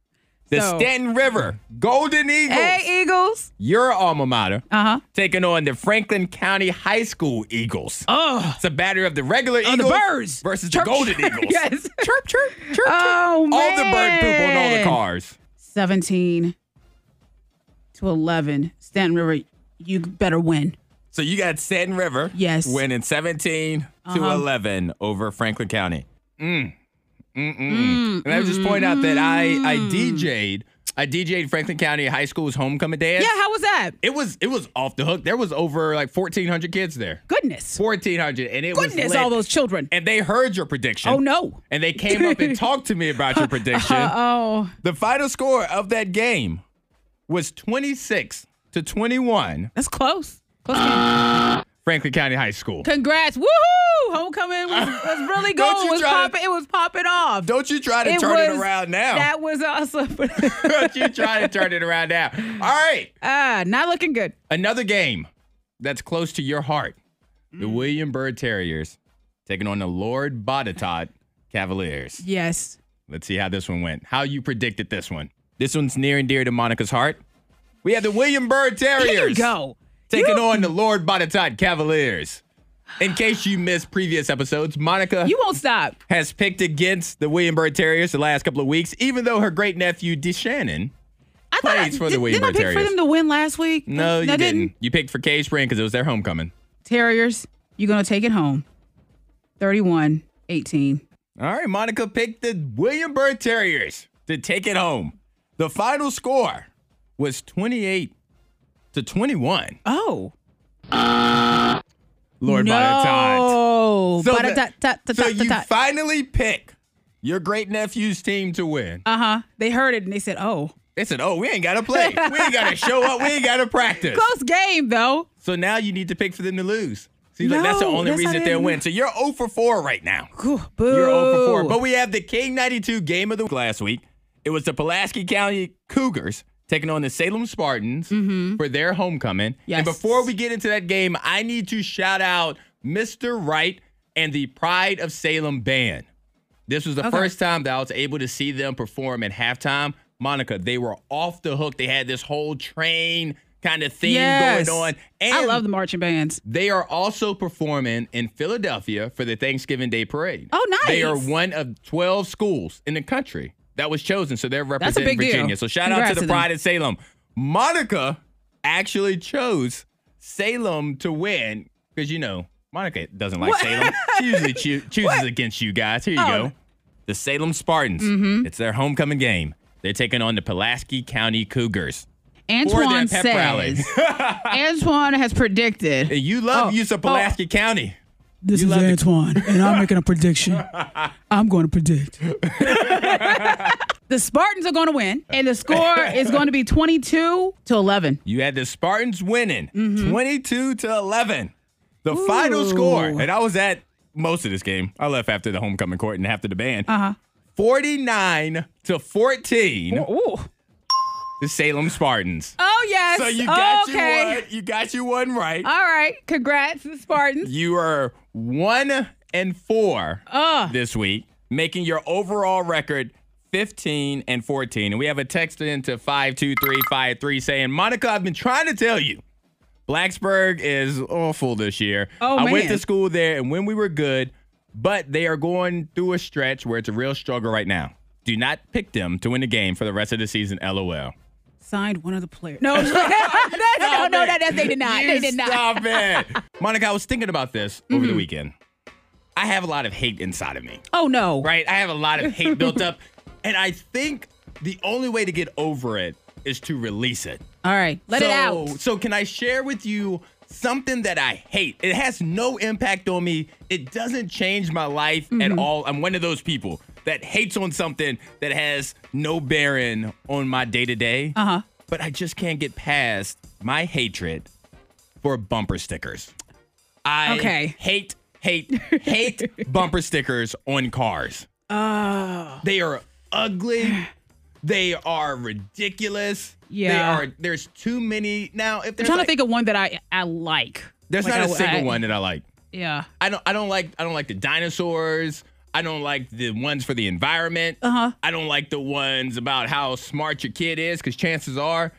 Speaker 4: The
Speaker 5: so-
Speaker 4: Stanton River Golden Eagles,
Speaker 5: Hey, Eagles.
Speaker 4: your alma mater,
Speaker 5: Uh huh.
Speaker 4: taking on the Franklin County High School Eagles.
Speaker 5: Oh.
Speaker 4: It's a batter of the regular
Speaker 5: Oh,
Speaker 4: Eagles
Speaker 5: the birds.
Speaker 4: versus
Speaker 5: Chirp,
Speaker 4: the Golden
Speaker 5: chirp.
Speaker 4: Eagles.
Speaker 5: Yes.
Speaker 4: Chirp, chirp, chirp, chirp.
Speaker 5: Oh,
Speaker 4: All the bird poop on all the
Speaker 5: man.
Speaker 4: cars.
Speaker 5: 17 to 11. Stanton River, you better win.
Speaker 4: So you got Staten River.
Speaker 5: Yes. Uh-huh.
Speaker 4: Winning 17 to 11 over Franklin County. Mm. Mm-mm. and I would just point out that I, I
Speaker 5: mm.
Speaker 4: DJ'd. I DJ'd Franklin County High School's homecoming dance.
Speaker 5: Yeah, how was that?
Speaker 4: It was it was off the hook. There was over like 1,400 kids there.
Speaker 5: Goodness.
Speaker 4: 1,400. And it was
Speaker 5: Goodness,
Speaker 4: lit.
Speaker 5: all those children.
Speaker 4: And they heard your prediction.
Speaker 5: Oh, no.
Speaker 4: And they came up and talked to me about your prediction.
Speaker 5: Oh,
Speaker 4: The final score of that game was 26 to 21
Speaker 5: that's close. Close game.
Speaker 4: Franklin County High School.
Speaker 5: Congrats. Woohoo! Homecoming was, was really good.
Speaker 4: Don't you
Speaker 5: It was
Speaker 4: try to-
Speaker 5: popping, it was popping off.
Speaker 4: Don't you try to
Speaker 5: it
Speaker 4: turn
Speaker 5: was-
Speaker 4: it around now.
Speaker 5: That was awesome.
Speaker 4: Don't you try to turn it around now. All right.
Speaker 5: Ah, not looking good.
Speaker 4: Another game that's close to your heart. The William Byrd Terriers taking on the Lord Botetourt Cavaliers.
Speaker 5: Yes.
Speaker 4: Let's see how this one went. How you predicted this one. This one's near and dear to Monica's heart. We have the William Byrd Terriers.
Speaker 5: Here you go.
Speaker 4: taking
Speaker 5: you,
Speaker 4: on the Lord Botetourt Cavaliers. In case you missed previous episodes, Monica
Speaker 5: You won't stop.
Speaker 4: has picked against the William Byrd Terriers the last couple of weeks, even though her great nephew DeShannon.
Speaker 5: I thought I,
Speaker 4: Plays for the
Speaker 5: did,
Speaker 4: William
Speaker 5: didn't I
Speaker 4: Byrd
Speaker 5: pick for
Speaker 4: Terriers.
Speaker 5: them to win last week?
Speaker 4: No, you
Speaker 5: I
Speaker 4: didn't. You picked for Cage Spring because it was their homecoming.
Speaker 5: Terriers, you're going to take it home. 31 18.
Speaker 4: All right, Monica picked the William Byrd Terriers to take it home. The final score was 28 to 21.
Speaker 5: Oh.
Speaker 4: Lord Botetourt.
Speaker 5: no.
Speaker 4: So,
Speaker 5: Bada
Speaker 4: the-
Speaker 5: ta- ta- ta-
Speaker 4: so
Speaker 5: ta-
Speaker 4: you
Speaker 5: ta- ta.
Speaker 4: finally pick your great nephew's team to win.
Speaker 5: Uh-huh. They heard it and they said, oh.
Speaker 4: They said, "Oh, we ain't gotta play. We ain't gotta show up. We ain't gotta practice."
Speaker 5: Close game, though.
Speaker 4: So now you need to pick for them to lose. Seems like that's the
Speaker 5: No,
Speaker 4: only
Speaker 5: that's
Speaker 4: reason
Speaker 5: not
Speaker 4: that they'll
Speaker 5: it.
Speaker 4: win. So you're 0 for 4 right now.
Speaker 5: Ooh, boo.
Speaker 4: You're 0 for 4. But we have the King 92 game of the week last week. It was the Pulaski County Cougars taking on the Salem Spartans for their homecoming.
Speaker 5: Mm-hmm. Yes.
Speaker 4: And before we get into that game, I need to shout out Mr. Wright and the Pride of Salem band. This was the
Speaker 5: Okay.
Speaker 4: first time that I was able to see them perform at halftime. Monica, they were off the hook. They had this whole train kind of thing
Speaker 5: Yes.
Speaker 4: going on. And
Speaker 5: I love the marching bands.
Speaker 4: they are also performing in Philadelphia for the Thanksgiving Day Parade.
Speaker 5: Oh, nice.
Speaker 4: They are one of 12 schools in the country that was chosen. So they're
Speaker 5: That's a
Speaker 4: representing
Speaker 5: big deal.
Speaker 4: Virginia. So shout
Speaker 5: Congrats
Speaker 4: out to
Speaker 5: to
Speaker 4: the
Speaker 5: them.
Speaker 4: Pride of Salem. Monica actually chose Salem to win because, you know, Monica doesn't like Salem. She usually choo- chooses against you guys. Here you
Speaker 5: Oh. Mm-hmm.
Speaker 4: go. The Salem Spartans. It's their homecoming game. They're taking on the Pulaski County Cougars. Or their
Speaker 5: Antoine
Speaker 4: pep rally.
Speaker 5: says Antoine has predicted.
Speaker 4: And you love
Speaker 5: Oh.
Speaker 4: you some
Speaker 5: Oh.
Speaker 4: Pulaski County.
Speaker 2: This is Antoine, and I'm making a prediction. I'm going to predict.
Speaker 5: The Spartans are going to win, and the score is going to be 22 to 11.
Speaker 4: You had the Spartans winning
Speaker 5: Mm-hmm.
Speaker 4: 22 to 11. The final score, and I was at most of this game. I left after the homecoming court and after the band. Uh-huh. 49 to 14,
Speaker 5: Ooh.
Speaker 4: the Salem Spartans.
Speaker 5: Oh, yes.
Speaker 4: So you got
Speaker 5: okay.
Speaker 4: you one. You got you one right.
Speaker 5: All right. Congrats, the Spartans.
Speaker 4: you are 1 and 4
Speaker 5: Ah.
Speaker 4: this week, making your overall record 15 and 14. And we have a text in to 52353 saying, "Monica, I've been trying to tell you. Blacksburg is awful this year.
Speaker 5: Oh,
Speaker 4: I went
Speaker 5: man.
Speaker 4: to school there and when we were good, but they are going through a stretch where it's a real struggle right now. Do not pick them to win the game for the rest of the season, LOL."
Speaker 5: Signed one of the players. No, no, no, no, no, that, that they did not.
Speaker 4: You
Speaker 5: they did not. Mm-hmm.
Speaker 4: Stop it. Monica, I was thinking about this over the weekend. I have a lot of hate inside of me,
Speaker 5: Oh, no.
Speaker 4: right? I have a lot of hate built up. And I think the only way to get over it is to release it.
Speaker 5: All right. Let
Speaker 4: so,
Speaker 5: it out.
Speaker 4: So, can I share with you something that I hate? It has no impact on me, it doesn't change my life
Speaker 5: Mm-hmm.
Speaker 4: at all. I'm one of those people that hates on something that has no bearing on my day to day. Uh huh.
Speaker 5: Uh-huh.
Speaker 4: But I just can't get past my hatred for bumper stickers. I
Speaker 5: Okay.
Speaker 4: hate, hate, hate bumper stickers on cars.
Speaker 5: Oh.
Speaker 4: They are ugly. They are ridiculous.
Speaker 5: Yeah.
Speaker 4: They are there's too many. Now, if
Speaker 5: I'm
Speaker 4: there's
Speaker 5: trying
Speaker 4: like,
Speaker 5: to think of one that I, I like.
Speaker 4: there's
Speaker 5: Like,
Speaker 4: not a
Speaker 5: I-
Speaker 4: single
Speaker 5: I-
Speaker 4: one that I like.
Speaker 5: Yeah.
Speaker 4: I don't I don't like I don't like the dinosaurs. I don't like the ones for the environment. Uh-huh. I don't like the ones about how smart your kid is, because chances are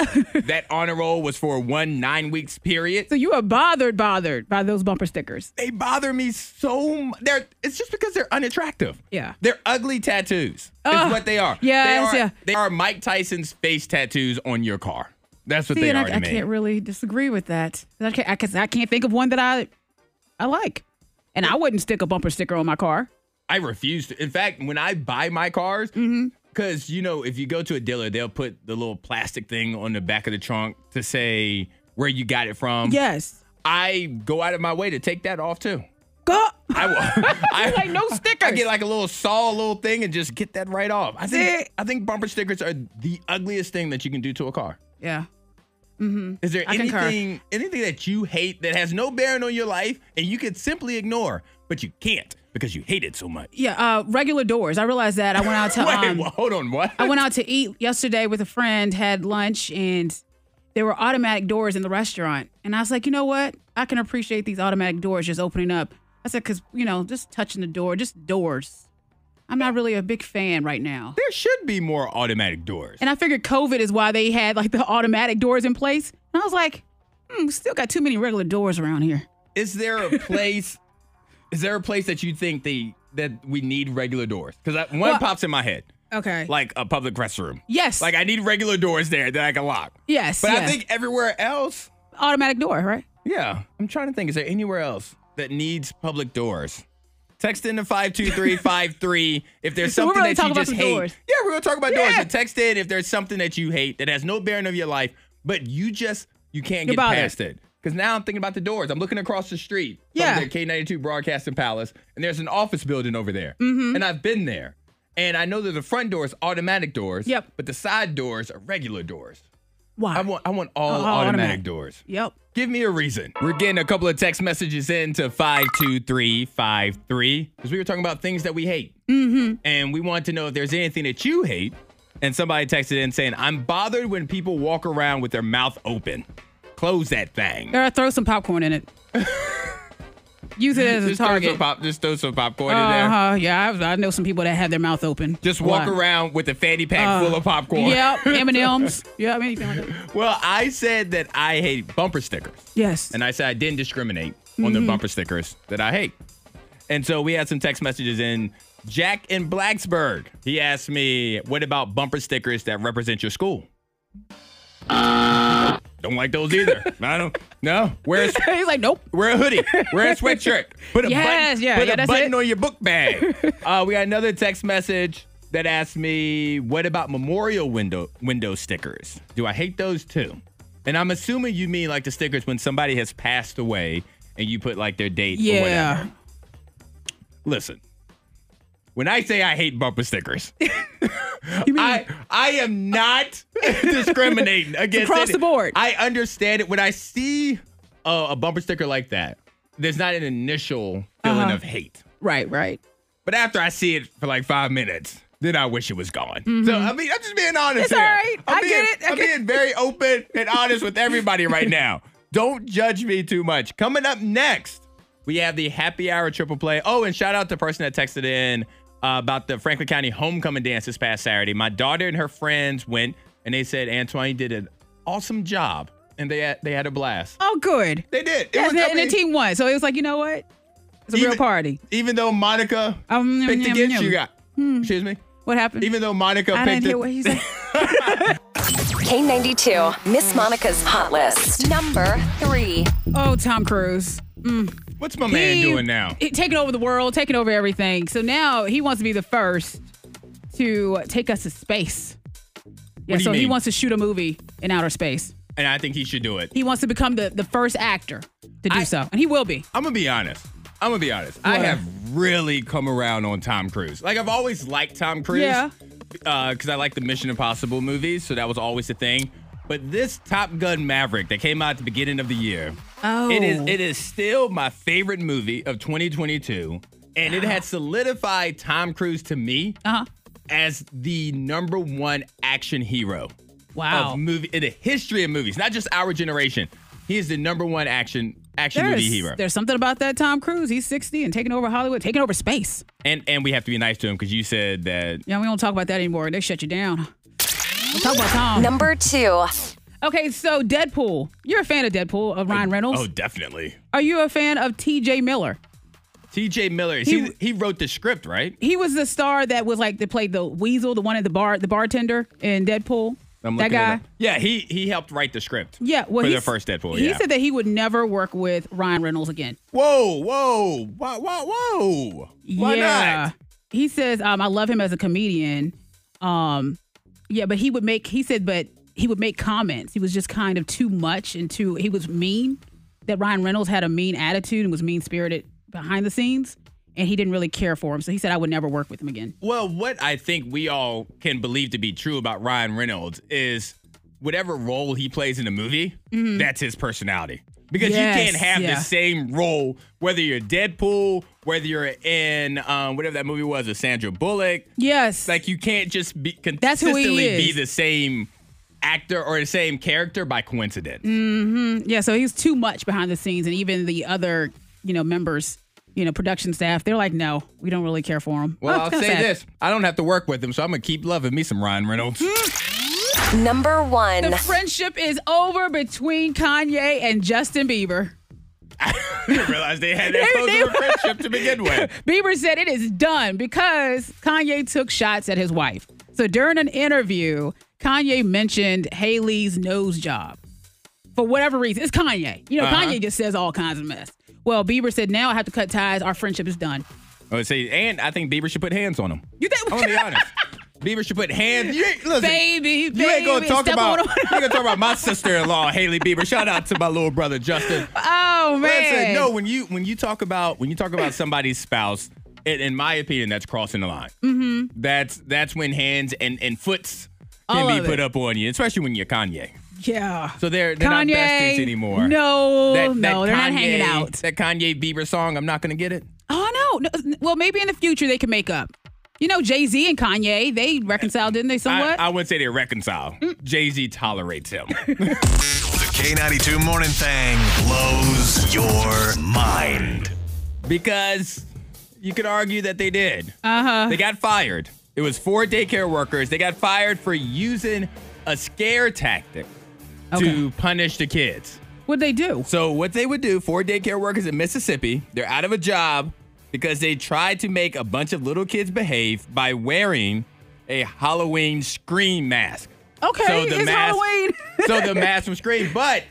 Speaker 4: that honor roll was for one nine weeks period.
Speaker 5: So you are bothered, bothered by those bumper stickers.
Speaker 4: They bother me so. mu- They're it's just because they're unattractive.
Speaker 5: Yeah.
Speaker 4: they're ugly tattoos. Is
Speaker 5: Ugh.
Speaker 4: what they are.
Speaker 5: Yes,
Speaker 4: they are,
Speaker 5: yeah.
Speaker 4: They are Mike Tyson's face tattoos on your car. That's what
Speaker 3: See,
Speaker 4: they
Speaker 3: and
Speaker 4: are
Speaker 3: I,
Speaker 4: to
Speaker 3: I
Speaker 4: me.
Speaker 3: can't really disagree with that.
Speaker 5: I can't, I, can't- I can't think of one that I I like. And I wouldn't stick a bumper sticker on my car.
Speaker 4: I refuse to. In fact, when I buy my cars, because you know, if you go to a dealer, they'll put the little plastic thing on the back of the trunk to say where you got it from.
Speaker 5: Yes.
Speaker 4: I go out of my way to take that off too.
Speaker 5: Go.
Speaker 4: I will. I
Speaker 5: Like no stickers.
Speaker 4: I get like a little saw, little thing, and just get that right off. I think
Speaker 5: See?
Speaker 4: I think bumper stickers are the ugliest thing that you can do to a car.
Speaker 3: Yeah.
Speaker 4: Is there
Speaker 3: I concur.
Speaker 4: anything anything that you hate that has no bearing on your life and you could simply ignore, but you can't because you hate it so much?
Speaker 3: Yeah. Uh, regular doors. I realized that. I went out to.
Speaker 5: Uh-uh.
Speaker 4: Wait,
Speaker 3: um,
Speaker 4: wha- hold on, what?
Speaker 3: I went out to eat yesterday with a friend, had lunch, and there were automatic doors in the restaurant. And I was like, you know what? I can appreciate these automatic doors just opening up. I said, because, you know, just touching the door, just doors. I'm not really a big fan right now.
Speaker 4: there should be more automatic doors.
Speaker 3: And I figured COVID is why they had like the automatic doors in place. And I was like, hmm, still got too many regular doors around here.
Speaker 4: Is there a place? is there a place that you think they that we need regular doors? Because one
Speaker 3: Well-
Speaker 4: pops in my head,
Speaker 3: Okay.
Speaker 4: like a public restroom.
Speaker 3: yes.
Speaker 4: Like I need regular doors there that I can lock.
Speaker 3: yes.
Speaker 4: But I
Speaker 3: yes.
Speaker 4: think everywhere else,
Speaker 3: automatic door, right?
Speaker 4: yeah. I'm trying to think. Is there anywhere else that needs public doors? Text in to 52353 if there's
Speaker 3: So we're
Speaker 4: something
Speaker 3: really
Speaker 4: that
Speaker 3: talking about
Speaker 4: you just
Speaker 3: some
Speaker 4: hate.
Speaker 3: doors.
Speaker 4: Yeah, we're gonna talk about doors.
Speaker 3: Yeah.
Speaker 4: But text in if there's something that you hate that has no bearing of your life, but you just you can't
Speaker 3: You're
Speaker 4: get
Speaker 3: bothered.
Speaker 4: past it. Because now I'm thinking about the doors. I'm looking across the street
Speaker 3: Yeah.
Speaker 4: from the K92 Broadcasting Palace, and there's an office building over there. Mm-hmm. And I've been there. And I know that the front door is automatic doors.
Speaker 3: Yep.
Speaker 4: But the side doors are regular doors.
Speaker 3: Why?
Speaker 4: I want I want all
Speaker 3: Oh,
Speaker 4: automatic,
Speaker 3: automatic.
Speaker 4: doors.
Speaker 3: Yep.
Speaker 4: Give me a reason. We're getting a couple of text messages in to 52353 because we were talking about things that we hate. Mm-hmm. And we want to know if there's anything that you hate. And somebody texted in saying, I'm bothered when people walk around with their mouth open. Close that thing.
Speaker 5: Or throw some popcorn in it. Use it as a
Speaker 4: Just throw,
Speaker 5: target.
Speaker 4: some pop, just throw some popcorn in there.
Speaker 5: Uh-huh. Yeah, I, I know some people that have their mouth open.
Speaker 4: Just walk
Speaker 5: Why?
Speaker 4: around with a fanny pack
Speaker 5: Uh,
Speaker 4: full of popcorn.
Speaker 5: Yep, M and M's. Yeah, anything like that.
Speaker 4: Well, I said that I hate bumper stickers.
Speaker 5: Yes.
Speaker 4: And I said I didn't discriminate on the bumper stickers that I hate. And so we had some text messages in. Jack in Blacksburg, he asked me, what about bumper stickers that represent your school? Don't like those either. I don't. No. Wear a, s-
Speaker 5: He's like, nope.
Speaker 4: wear a hoodie. Wear a sweatshirt. Put a
Speaker 5: Yes,
Speaker 4: button,
Speaker 5: yeah,
Speaker 4: put
Speaker 5: yeah,
Speaker 4: a
Speaker 5: that's
Speaker 4: button
Speaker 5: it.
Speaker 4: on your book bag. uh, we got another text message that asked me, what about memorial window window stickers? Do I hate those too? And I'm assuming you mean like the stickers when somebody has passed away and you put like their date or whatever.
Speaker 5: Yeah.
Speaker 4: Listen, when I say I hate bumper stickers, I I am not discriminating against
Speaker 5: across
Speaker 4: it.
Speaker 5: the board.
Speaker 4: I understand it when I see a, a bumper sticker like that. There's not an initial feeling
Speaker 5: Uh-huh.
Speaker 4: of hate,
Speaker 5: Right, right.
Speaker 4: but after I see it for like five minutes. Then I wish it was gone. So I mean, I'm just being honest.
Speaker 5: Mm-hmm. It's
Speaker 4: here.
Speaker 5: all right.
Speaker 4: I'm
Speaker 5: I
Speaker 4: being,
Speaker 5: get it. I
Speaker 4: I'm
Speaker 5: get-
Speaker 4: being very open and honest with everybody right now. Don't judge me too much. Coming up next, we have the happy hour triple play. Oh, and shout out to the person that texted in uh, about the Franklin County homecoming dance this past Saturday. My daughter and her friends went, and they said Antoine you did an awesome job, and they had, they had a blast.
Speaker 5: Oh, good.
Speaker 4: They did. It
Speaker 5: Yeah,
Speaker 4: was-
Speaker 5: and,
Speaker 4: I
Speaker 5: the- and
Speaker 4: mean,
Speaker 5: the team won, so it was like, you know what? It's a
Speaker 4: Even-
Speaker 5: real party.
Speaker 4: Even though Monica
Speaker 5: Um, yum,
Speaker 4: picked
Speaker 5: yum,
Speaker 4: against
Speaker 5: yum. Hmm.
Speaker 4: you, got excuse me.
Speaker 5: What happened?
Speaker 4: Even though Monica
Speaker 5: I
Speaker 4: picked
Speaker 5: didn't
Speaker 4: it-
Speaker 5: hear what he said.
Speaker 1: K92, Miss Monica's Hot List. Number three.
Speaker 5: oh, Tom Cruise.
Speaker 4: What's my man
Speaker 5: He-
Speaker 4: doing now?
Speaker 5: he- taking over the world, taking over everything. So now he wants to be the first to take us to space. Yeah,
Speaker 4: What do you
Speaker 5: so he
Speaker 4: mean?
Speaker 5: wants to shoot a movie in outer space.
Speaker 4: And I think he should do it.
Speaker 5: He wants to become the, the first actor to do
Speaker 4: I-
Speaker 5: so. And he will be.
Speaker 4: I'm gonna be honest. I'm gonna be honest. I
Speaker 5: What?
Speaker 4: have really come around on Tom Cruise. Like I've always liked Tom Cruise.
Speaker 5: Yeah.
Speaker 4: Because I like the Mission Impossible movies, so that was always the thing. But this Top Gun Maverick that came out at the beginning of the year,
Speaker 5: Oh.
Speaker 4: it is it is still my favorite movie of 2022, and it had solidified Tom Cruise to me
Speaker 5: Uh-huh.
Speaker 4: as the number one action hero
Speaker 5: Wow.
Speaker 4: of movie in the history of movies, not just our generation. He is the number one action action
Speaker 5: There's,
Speaker 4: movie hero.
Speaker 5: there's something about that Tom Cruise. He's 60 and taking over Hollywood, taking over space.
Speaker 4: And and we have to be nice to him because you said that
Speaker 5: Yeah, we don't talk about that anymore. They shut you down. Don't talk about Tom.
Speaker 1: Number two.
Speaker 5: Okay, so Deadpool. You're a fan of Deadpool, of Ryan Reynolds.
Speaker 4: Oh, definitely.
Speaker 5: Are you a fan of TJ Miller?
Speaker 4: T.J. Miller. He,
Speaker 5: He-
Speaker 4: he wrote the script, right?
Speaker 5: He was the star that was like that played the weasel, the one at the bar, the bartender in Deadpool.
Speaker 4: I'm
Speaker 5: That
Speaker 4: looking it
Speaker 5: guy?
Speaker 4: up. Yeah, he he helped write the script.
Speaker 5: Yeah, well,
Speaker 4: for
Speaker 5: he
Speaker 4: the
Speaker 5: s-
Speaker 4: first Deadpool.
Speaker 5: He
Speaker 4: yeah.
Speaker 5: said that he would never work with Ryan Reynolds again.
Speaker 4: whoa, whoa, whoa, whoa, whoa. Why
Speaker 5: yeah.
Speaker 4: not?
Speaker 5: He says, um, I love him as a comedian. Um, yeah, but he would make, he said, but he would make comments. He was just kind of too much and too, he was mean. That Ryan Reynolds had a mean attitude and was mean spirited behind the scenes. And he didn't really care for him. So he said, I would never work with him again.
Speaker 4: Well, what I think we all can believe to be true about Ryan Reynolds is whatever role he plays in the movie, that's his personality. Because
Speaker 5: Mm-hmm. Yes,
Speaker 4: you can't have
Speaker 5: yeah.
Speaker 4: the same role whether you're Deadpool, whether you're in um, whatever that movie was with Sandra Bullock.
Speaker 5: Yes.
Speaker 4: Like you can't just be
Speaker 5: That's who he
Speaker 4: consistently be
Speaker 5: is.
Speaker 4: the same actor or the same character by coincidence.
Speaker 5: Mm, Yeah, so he's too much behind the scenes, and even the other, you know, members, you know, production staff, they're like, no, we don't really care for him.
Speaker 4: Well,
Speaker 5: Oh,
Speaker 4: I'll
Speaker 5: it's kinda
Speaker 4: say
Speaker 5: sad.
Speaker 4: this: I don't have to work with him, so I'm gonna keep loving me some Ryan Reynolds.
Speaker 5: Mm.
Speaker 1: Number one.
Speaker 5: The friendship is over between Kanye and Justin Bieber.
Speaker 4: I didn't realize they had that
Speaker 5: They-
Speaker 4: close
Speaker 5: they-
Speaker 4: of a friendship to begin with.
Speaker 5: Bieber said it is done because Kanye took shots at his wife. So during an interview, Kanye mentioned Haley's nose job for whatever reason. It's Kanye. You know,
Speaker 4: Uh-huh.
Speaker 5: Kanye just says all kinds of mess. Well, Bieber said, now I have to cut ties. Our friendship is done.
Speaker 4: I would say, and I think Bieber should put hands on him.
Speaker 5: You think?
Speaker 4: I'm gonna be honest. Bieber should put hands. You ain't, listen,
Speaker 5: baby, baby.
Speaker 4: you ain't gonna talk
Speaker 5: step
Speaker 4: about.
Speaker 5: on
Speaker 4: You ain't gonna talk about my sister-in-law, Haley Bieber. Shout out to my little brother Justin.
Speaker 5: Oh man.
Speaker 4: Listen, no, when you when you talk about when you talk about somebody's spouse, it, in my opinion, that's crossing the line. Mm-hmm. That's that's when hands and and foots can
Speaker 5: All
Speaker 4: be
Speaker 5: of
Speaker 4: put
Speaker 5: it.
Speaker 4: up on you, especially when you're Kanye.
Speaker 5: Yeah.
Speaker 4: So they're they're
Speaker 5: Kanye,
Speaker 4: not besties anymore.
Speaker 5: No,
Speaker 4: That- that
Speaker 5: no, they're not hanging
Speaker 4: Kanye-
Speaker 5: out.
Speaker 4: That Kanye Bieber song, I'm not gonna get it.
Speaker 5: Oh no, no. Well, maybe in the future they can make up. You know, Jay Z and Kanye, they reconciled, didn't they?
Speaker 4: I,
Speaker 5: Somewhat.
Speaker 4: I wouldn't say they reconcile.
Speaker 5: Mm.
Speaker 4: Jay Z tolerates him.
Speaker 6: The K92 Morning Thing blows your mind.
Speaker 4: because you could argue that they did. They got fired. It was four daycare workers. They got fired for using a scare tactic to punish the kids.
Speaker 5: What'd they do?
Speaker 4: So what they would do, four daycare workers in Mississippi, they're out of a job because they tried to make a bunch of little kids behave by wearing a Halloween scream mask.
Speaker 5: Okay,
Speaker 4: So the
Speaker 5: it's
Speaker 4: mask-
Speaker 5: Halloween.
Speaker 4: so the mask was scream. But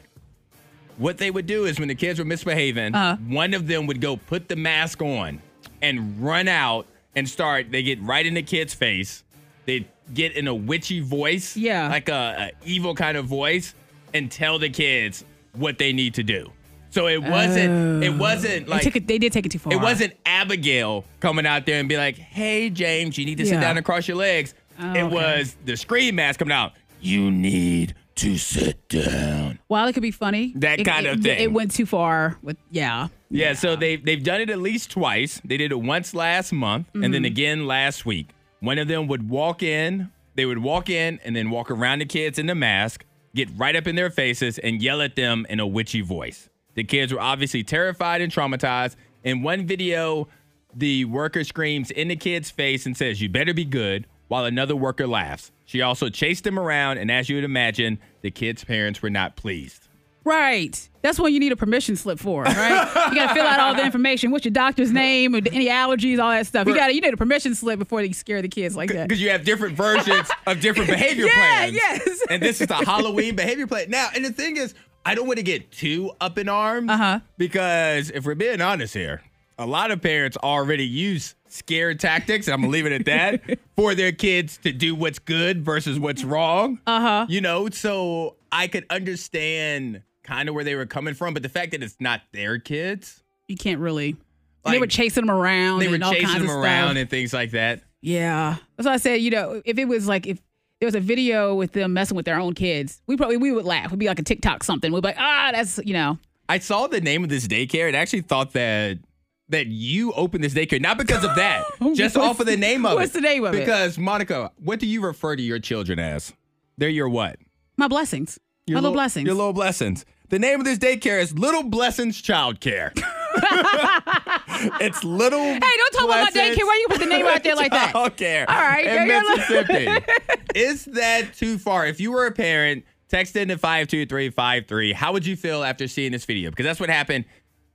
Speaker 4: what they would do is when the kids were misbehaving,
Speaker 5: Uh-huh.
Speaker 4: one of them would go put the mask on and run out and start. They get right in the kid's face. They get in a witchy voice,
Speaker 5: Yeah.
Speaker 4: like a, a evil kind of voice, and tell the kids what they need to do. So it wasn't. It wasn't
Speaker 5: Oh. they,
Speaker 4: like
Speaker 5: took it, they did take it too far.
Speaker 4: it wasn't Abigail coming out there and be like, "Hey, James, you need to sit
Speaker 5: Yeah. Oh,
Speaker 4: down and cross your legs." it was the scream mask coming out. You need to sit down.
Speaker 5: While it could be funny,
Speaker 4: That
Speaker 5: it-
Speaker 4: kind
Speaker 5: it-
Speaker 4: of thing.
Speaker 5: It went too far. With yeah,
Speaker 4: Yeah, so they they've done it at least twice. They did it once last month and then again last week. One of them would walk in, they would walk in and then walk around the kids in the mask, get right up in their faces and yell at them in a witchy voice. The kids were obviously terrified and traumatized. In one video, the worker screams in the kid's face and says, "You better be good," while another worker laughs. She also chased them around and as you would imagine, the kids' parents were not pleased.
Speaker 5: right. That's when you need a permission slip for, right? you gotta fill out all the information. What's your doctor's name? Or any allergies? All that stuff. You got to You need a permission slip before you scare the kids like that.
Speaker 4: because you have different versions of different behavior
Speaker 5: Yeah,
Speaker 4: plans.
Speaker 5: yes.
Speaker 4: And this is the Halloween behavior plan. Now, and the thing is, I don't want to get too up in arms
Speaker 5: Uh-huh.
Speaker 4: because if we're being honest here, a lot of parents already use scare tactics, and I'm gonna leave it at that, for their kids to do what's good versus what's wrong. Uh-huh. You know, so I could understand kind of where they were coming from, but the fact that it's not their kids,
Speaker 5: You can't really.
Speaker 4: Like,
Speaker 5: they were chasing them around.
Speaker 4: they were
Speaker 5: and all kinds
Speaker 4: chasing them
Speaker 5: of
Speaker 4: around
Speaker 5: Stuff.
Speaker 4: and things like that.
Speaker 5: Yeah. That's why I said, you know, if it was like if there was a video with them messing with their own kids, we probably we would laugh. We'd be like a TikTok something. We'd be like, ah, that's you know.
Speaker 4: I saw the name of this daycare and actually thought that that you opened this daycare not because of that, just off of the name of it.
Speaker 5: What's Oh, the name of it?
Speaker 4: Because Monica, what do you refer to your children as? They're your what?
Speaker 5: My blessings.
Speaker 4: Your
Speaker 5: My little blessings.
Speaker 4: Your little blessings. The name of this daycare is Little Blessings Child Care. it's little. Hey,
Speaker 5: hey, don't talk about my daycare. Why you put the name out there like that?
Speaker 4: Childcare.
Speaker 5: All right,
Speaker 4: In
Speaker 5: you're- you're-
Speaker 4: Mississippi. Is that too far? If you were a parent, text in to 52353. How would you feel after seeing this video? Because that's what happened.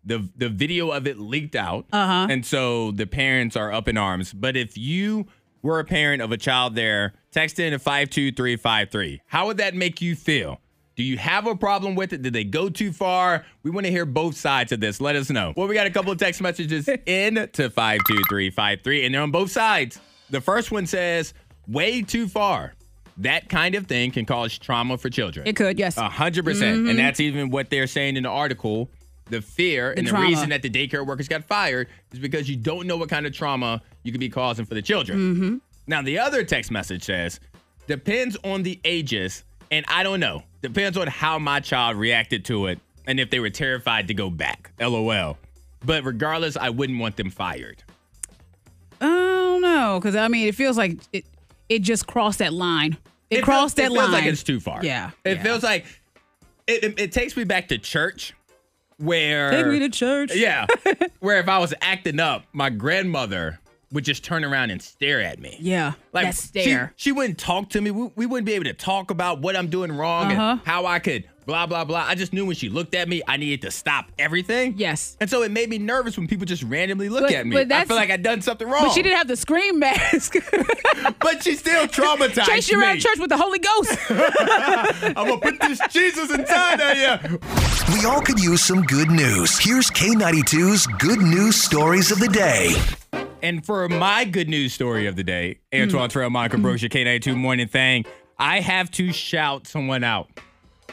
Speaker 4: The, the video of it leaked out. Uh-huh. And so the parents are up in arms. But if you were a parent of a child there, text in to 52353. How would that make you feel? Do you have a problem with it? Did they go too far? We want to hear both sides of this. Let us know. Well, we got a couple of text messages in to 52353, and they're on both sides. The first one says, way too far. That kind of thing can cause trauma for children.
Speaker 5: It could, yes.
Speaker 4: A hundred percent,
Speaker 5: Mm-hmm.
Speaker 4: and that's even what they're saying in the article. The fear and the
Speaker 5: trauma.
Speaker 4: reason that the daycare workers got fired is because you don't know what kind of trauma you could be causing for the children. Mm-hmm. Now, the other text message says, depends on the ages, and I don't know. Depends on how my child reacted to it and if they were terrified to go back. LOL. But regardless, I wouldn't want them fired.
Speaker 5: I don't know, because I mean, it feels like it. It just crossed that line. It,
Speaker 4: feels-
Speaker 5: crossed that
Speaker 4: it feels
Speaker 5: line.
Speaker 4: like it's too far.
Speaker 5: Yeah,
Speaker 4: It
Speaker 5: yeah.
Speaker 4: feels like it, it, it takes me back to church where
Speaker 5: Take me to church.
Speaker 4: Yeah. Where if I was acting up, my grandmother would just turn around and stare at me.
Speaker 5: Yeah.
Speaker 4: Like
Speaker 5: that
Speaker 4: she-
Speaker 5: stare.
Speaker 4: She, wouldn't talk to me. We, we wouldn't be able to talk about what I'm doing wrong
Speaker 5: Uh-huh.
Speaker 4: and how I could blah blah blah. I just knew when she looked at me, I needed to stop everything.
Speaker 5: Yes.
Speaker 4: And so it made me nervous when people just randomly look
Speaker 5: But-
Speaker 4: at me.
Speaker 5: but
Speaker 4: I
Speaker 5: that's-
Speaker 4: feel like I'd done something wrong.
Speaker 5: but she didn't have the scream mask.
Speaker 4: But she still traumatized
Speaker 5: Chase you around
Speaker 4: me.
Speaker 5: church with the Holy Ghost.
Speaker 4: I'm gonna put this Jesus inside of you.
Speaker 6: We all could use some good news. Here's K92's good news stories of the day.
Speaker 4: And for my good news story of the day, Antoine Terrell,
Speaker 5: Mm-hmm.
Speaker 4: Monica Brooks, your K92 morning thing, I have to shout someone out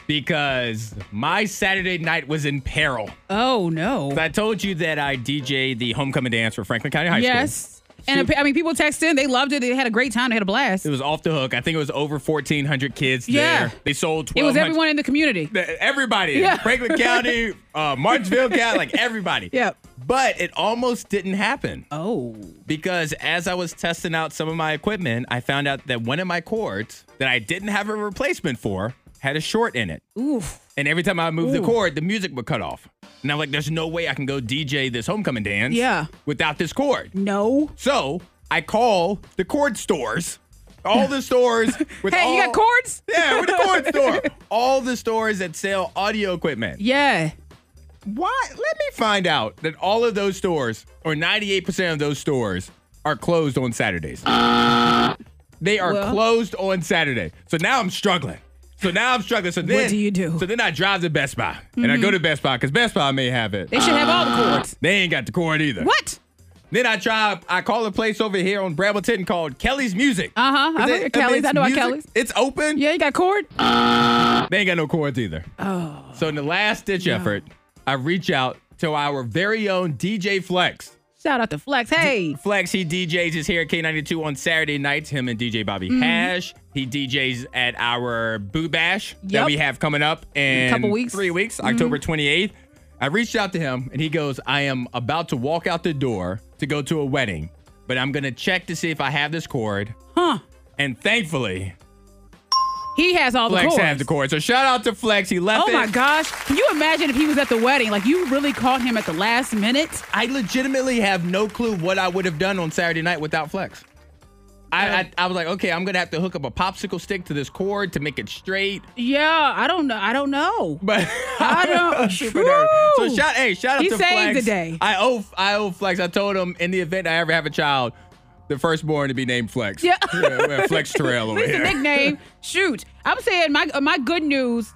Speaker 4: because my Saturday night was in peril.
Speaker 5: oh no.
Speaker 4: I told you that I DJ the homecoming dance for Franklin County High School.
Speaker 5: Yes. And I mean, people text in. They loved it. They had a great time. They had a blast.
Speaker 4: It was off the hook. I think it was over 1,400 kids
Speaker 5: Yeah.
Speaker 4: there. They sold 1,200.
Speaker 5: It was everyone in the community.
Speaker 4: the- everybody.
Speaker 5: Yeah.
Speaker 4: Franklin County, uh, Martinsville County, like everybody.
Speaker 5: Yep.
Speaker 4: But it almost didn't happen.
Speaker 5: Oh.
Speaker 4: because as I was testing out some of my equipment, I found out that one of my cords that I didn't have a replacement for had a short in it.
Speaker 5: Oof.
Speaker 4: And every time I moved the cord, the music would cut off. And I'm like, there's no way I can go DJ this homecoming dance
Speaker 5: Yeah.
Speaker 4: without this cord.
Speaker 5: No.
Speaker 4: So I call the cord stores, all the stores with
Speaker 5: Hey, you
Speaker 4: all-
Speaker 5: got cords?
Speaker 4: Yeah, with the cord store. All the stores that sell audio equipment.
Speaker 5: Yeah.
Speaker 4: Why? Let me find out that all of those stores, or 98% of those stores, are closed on Saturdays. they are
Speaker 5: Well.
Speaker 4: closed on Saturday. So now I'm struggling. So now I'm struggling. So then,
Speaker 5: do you do? Mm-hmm.
Speaker 4: So then I drive to Best Buy and I go to Best Buy because Best Buy may have it.
Speaker 5: They should have all the cords.
Speaker 4: They ain't got the cord either.
Speaker 5: What?
Speaker 4: Then I try. I call a place over here on Brambleton called Kelly's Music.
Speaker 5: Uh-huh. I
Speaker 4: Is
Speaker 5: heard
Speaker 4: it-
Speaker 5: of Kelly's.
Speaker 4: it's
Speaker 5: I know of
Speaker 4: music-
Speaker 5: Kelly's.
Speaker 4: It's open.
Speaker 5: Yeah, you got cord?
Speaker 4: They ain't got no cords either. Oh. So in the last ditch effort, I reach out to our very own DJ Flex.
Speaker 5: Shout out to Flex. Hey.
Speaker 4: Flex, he DJs is here at K92 on Saturday nights. Him and DJ Bobby
Speaker 5: Mm-hmm.
Speaker 4: Hash. He DJs at our Boo Bash that
Speaker 5: Yep.
Speaker 4: we have coming up in
Speaker 5: couple weeks. Mm-hmm.
Speaker 4: three weeks, October 28th. I reached out to him and he goes, I am about to walk out the door to go to a wedding, but I'm going to check to see if I have this cord.
Speaker 5: Huh.
Speaker 4: And thankfully,
Speaker 5: He has all
Speaker 4: Flex
Speaker 5: the cords.
Speaker 4: has the cord. So shout out to Flex. He left
Speaker 5: Oh
Speaker 4: it.
Speaker 5: my gosh. Can you imagine if he was at the wedding? Like you really caught him at the last minute?
Speaker 4: I legitimately have no clue what I would have done on Saturday night without Flex. I, I, I was like, okay, I'm gonna have to hook up a popsicle stick to this cord to make it straight.
Speaker 5: Yeah, I don't know. I don't know.
Speaker 4: But Oh,
Speaker 5: I don't-
Speaker 4: super nervous. So
Speaker 5: Whew.
Speaker 4: shout, hey, shout out
Speaker 5: He
Speaker 4: to
Speaker 5: saved
Speaker 4: Flex.
Speaker 5: the day.
Speaker 4: I owe, I owe Flex. I told him in the event I ever have a child, the firstborn to be named Flex.
Speaker 5: Yeah.
Speaker 4: we have Flex Terrell over
Speaker 5: It's a
Speaker 4: here.
Speaker 5: nickname. Shoot. I'm saying my uh, my good news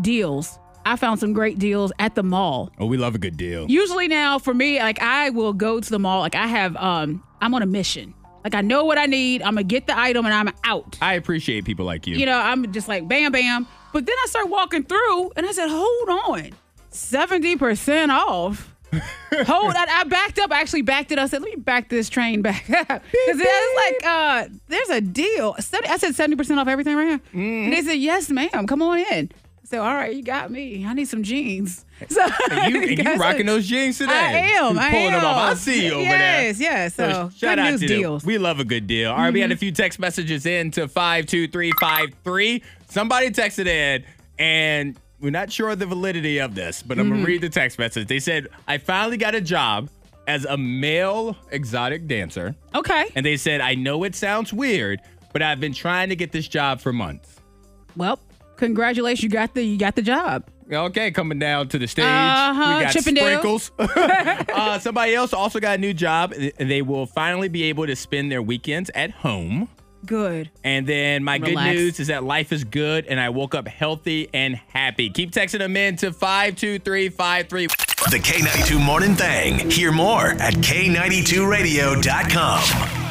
Speaker 5: deals. I found some great deals at the mall.
Speaker 4: Oh, we love a good deal.
Speaker 5: Usually now for me, like I will go to the mall. Like I have um I'm on a mission. Like I know what I need. I'm gonna get the item and I'm out.
Speaker 4: I appreciate people like you.
Speaker 5: You know, I'm just like bam bam. But then I start walking through and I said, hold on. 70% off. Hold on. I backed up. I actually backed it. up. I said, let me back this train back. Because it's like, uh, there's a deal. 70, I said 70% off everything right here. And
Speaker 4: Mm-hmm.
Speaker 5: they said, yes, ma'am. Come on in. So, all right, you got me. I need some jeans. So
Speaker 4: And you, and you
Speaker 5: guys,
Speaker 4: rocking those jeans today.
Speaker 5: I am.
Speaker 4: You
Speaker 5: I
Speaker 4: pulling
Speaker 5: am.
Speaker 4: them off. I see you over there.
Speaker 5: Yes, yes. So,
Speaker 4: shout
Speaker 5: good
Speaker 4: out
Speaker 5: news
Speaker 4: to them.
Speaker 5: deals. Mm-hmm.
Speaker 4: We love a good deal. All right, we had a few text messages in to 52353. Somebody texted in, and we're not sure the validity of this, but I'm going
Speaker 5: Mm-hmm.
Speaker 4: to read the text message. They said, I finally got a job as a male exotic dancer.
Speaker 5: okay.
Speaker 4: And they said, I know it sounds weird, but I've been trying to get this job for months.
Speaker 5: Well, congratulations. You got the you got the job.
Speaker 4: Okay, coming down to the stage.
Speaker 3: Uh-huh,
Speaker 4: We got
Speaker 3: Chippendale.
Speaker 4: sprinkles. uh, somebody else also got a new job. Th- They will finally be able to spend their weekends at home.
Speaker 3: Good.
Speaker 4: And then my
Speaker 3: Relax.
Speaker 4: good news is that life is good and I woke up healthy and happy. Keep texting them in to 52353.
Speaker 6: The K92 Morning Thing. Hear more at K92Radio.com.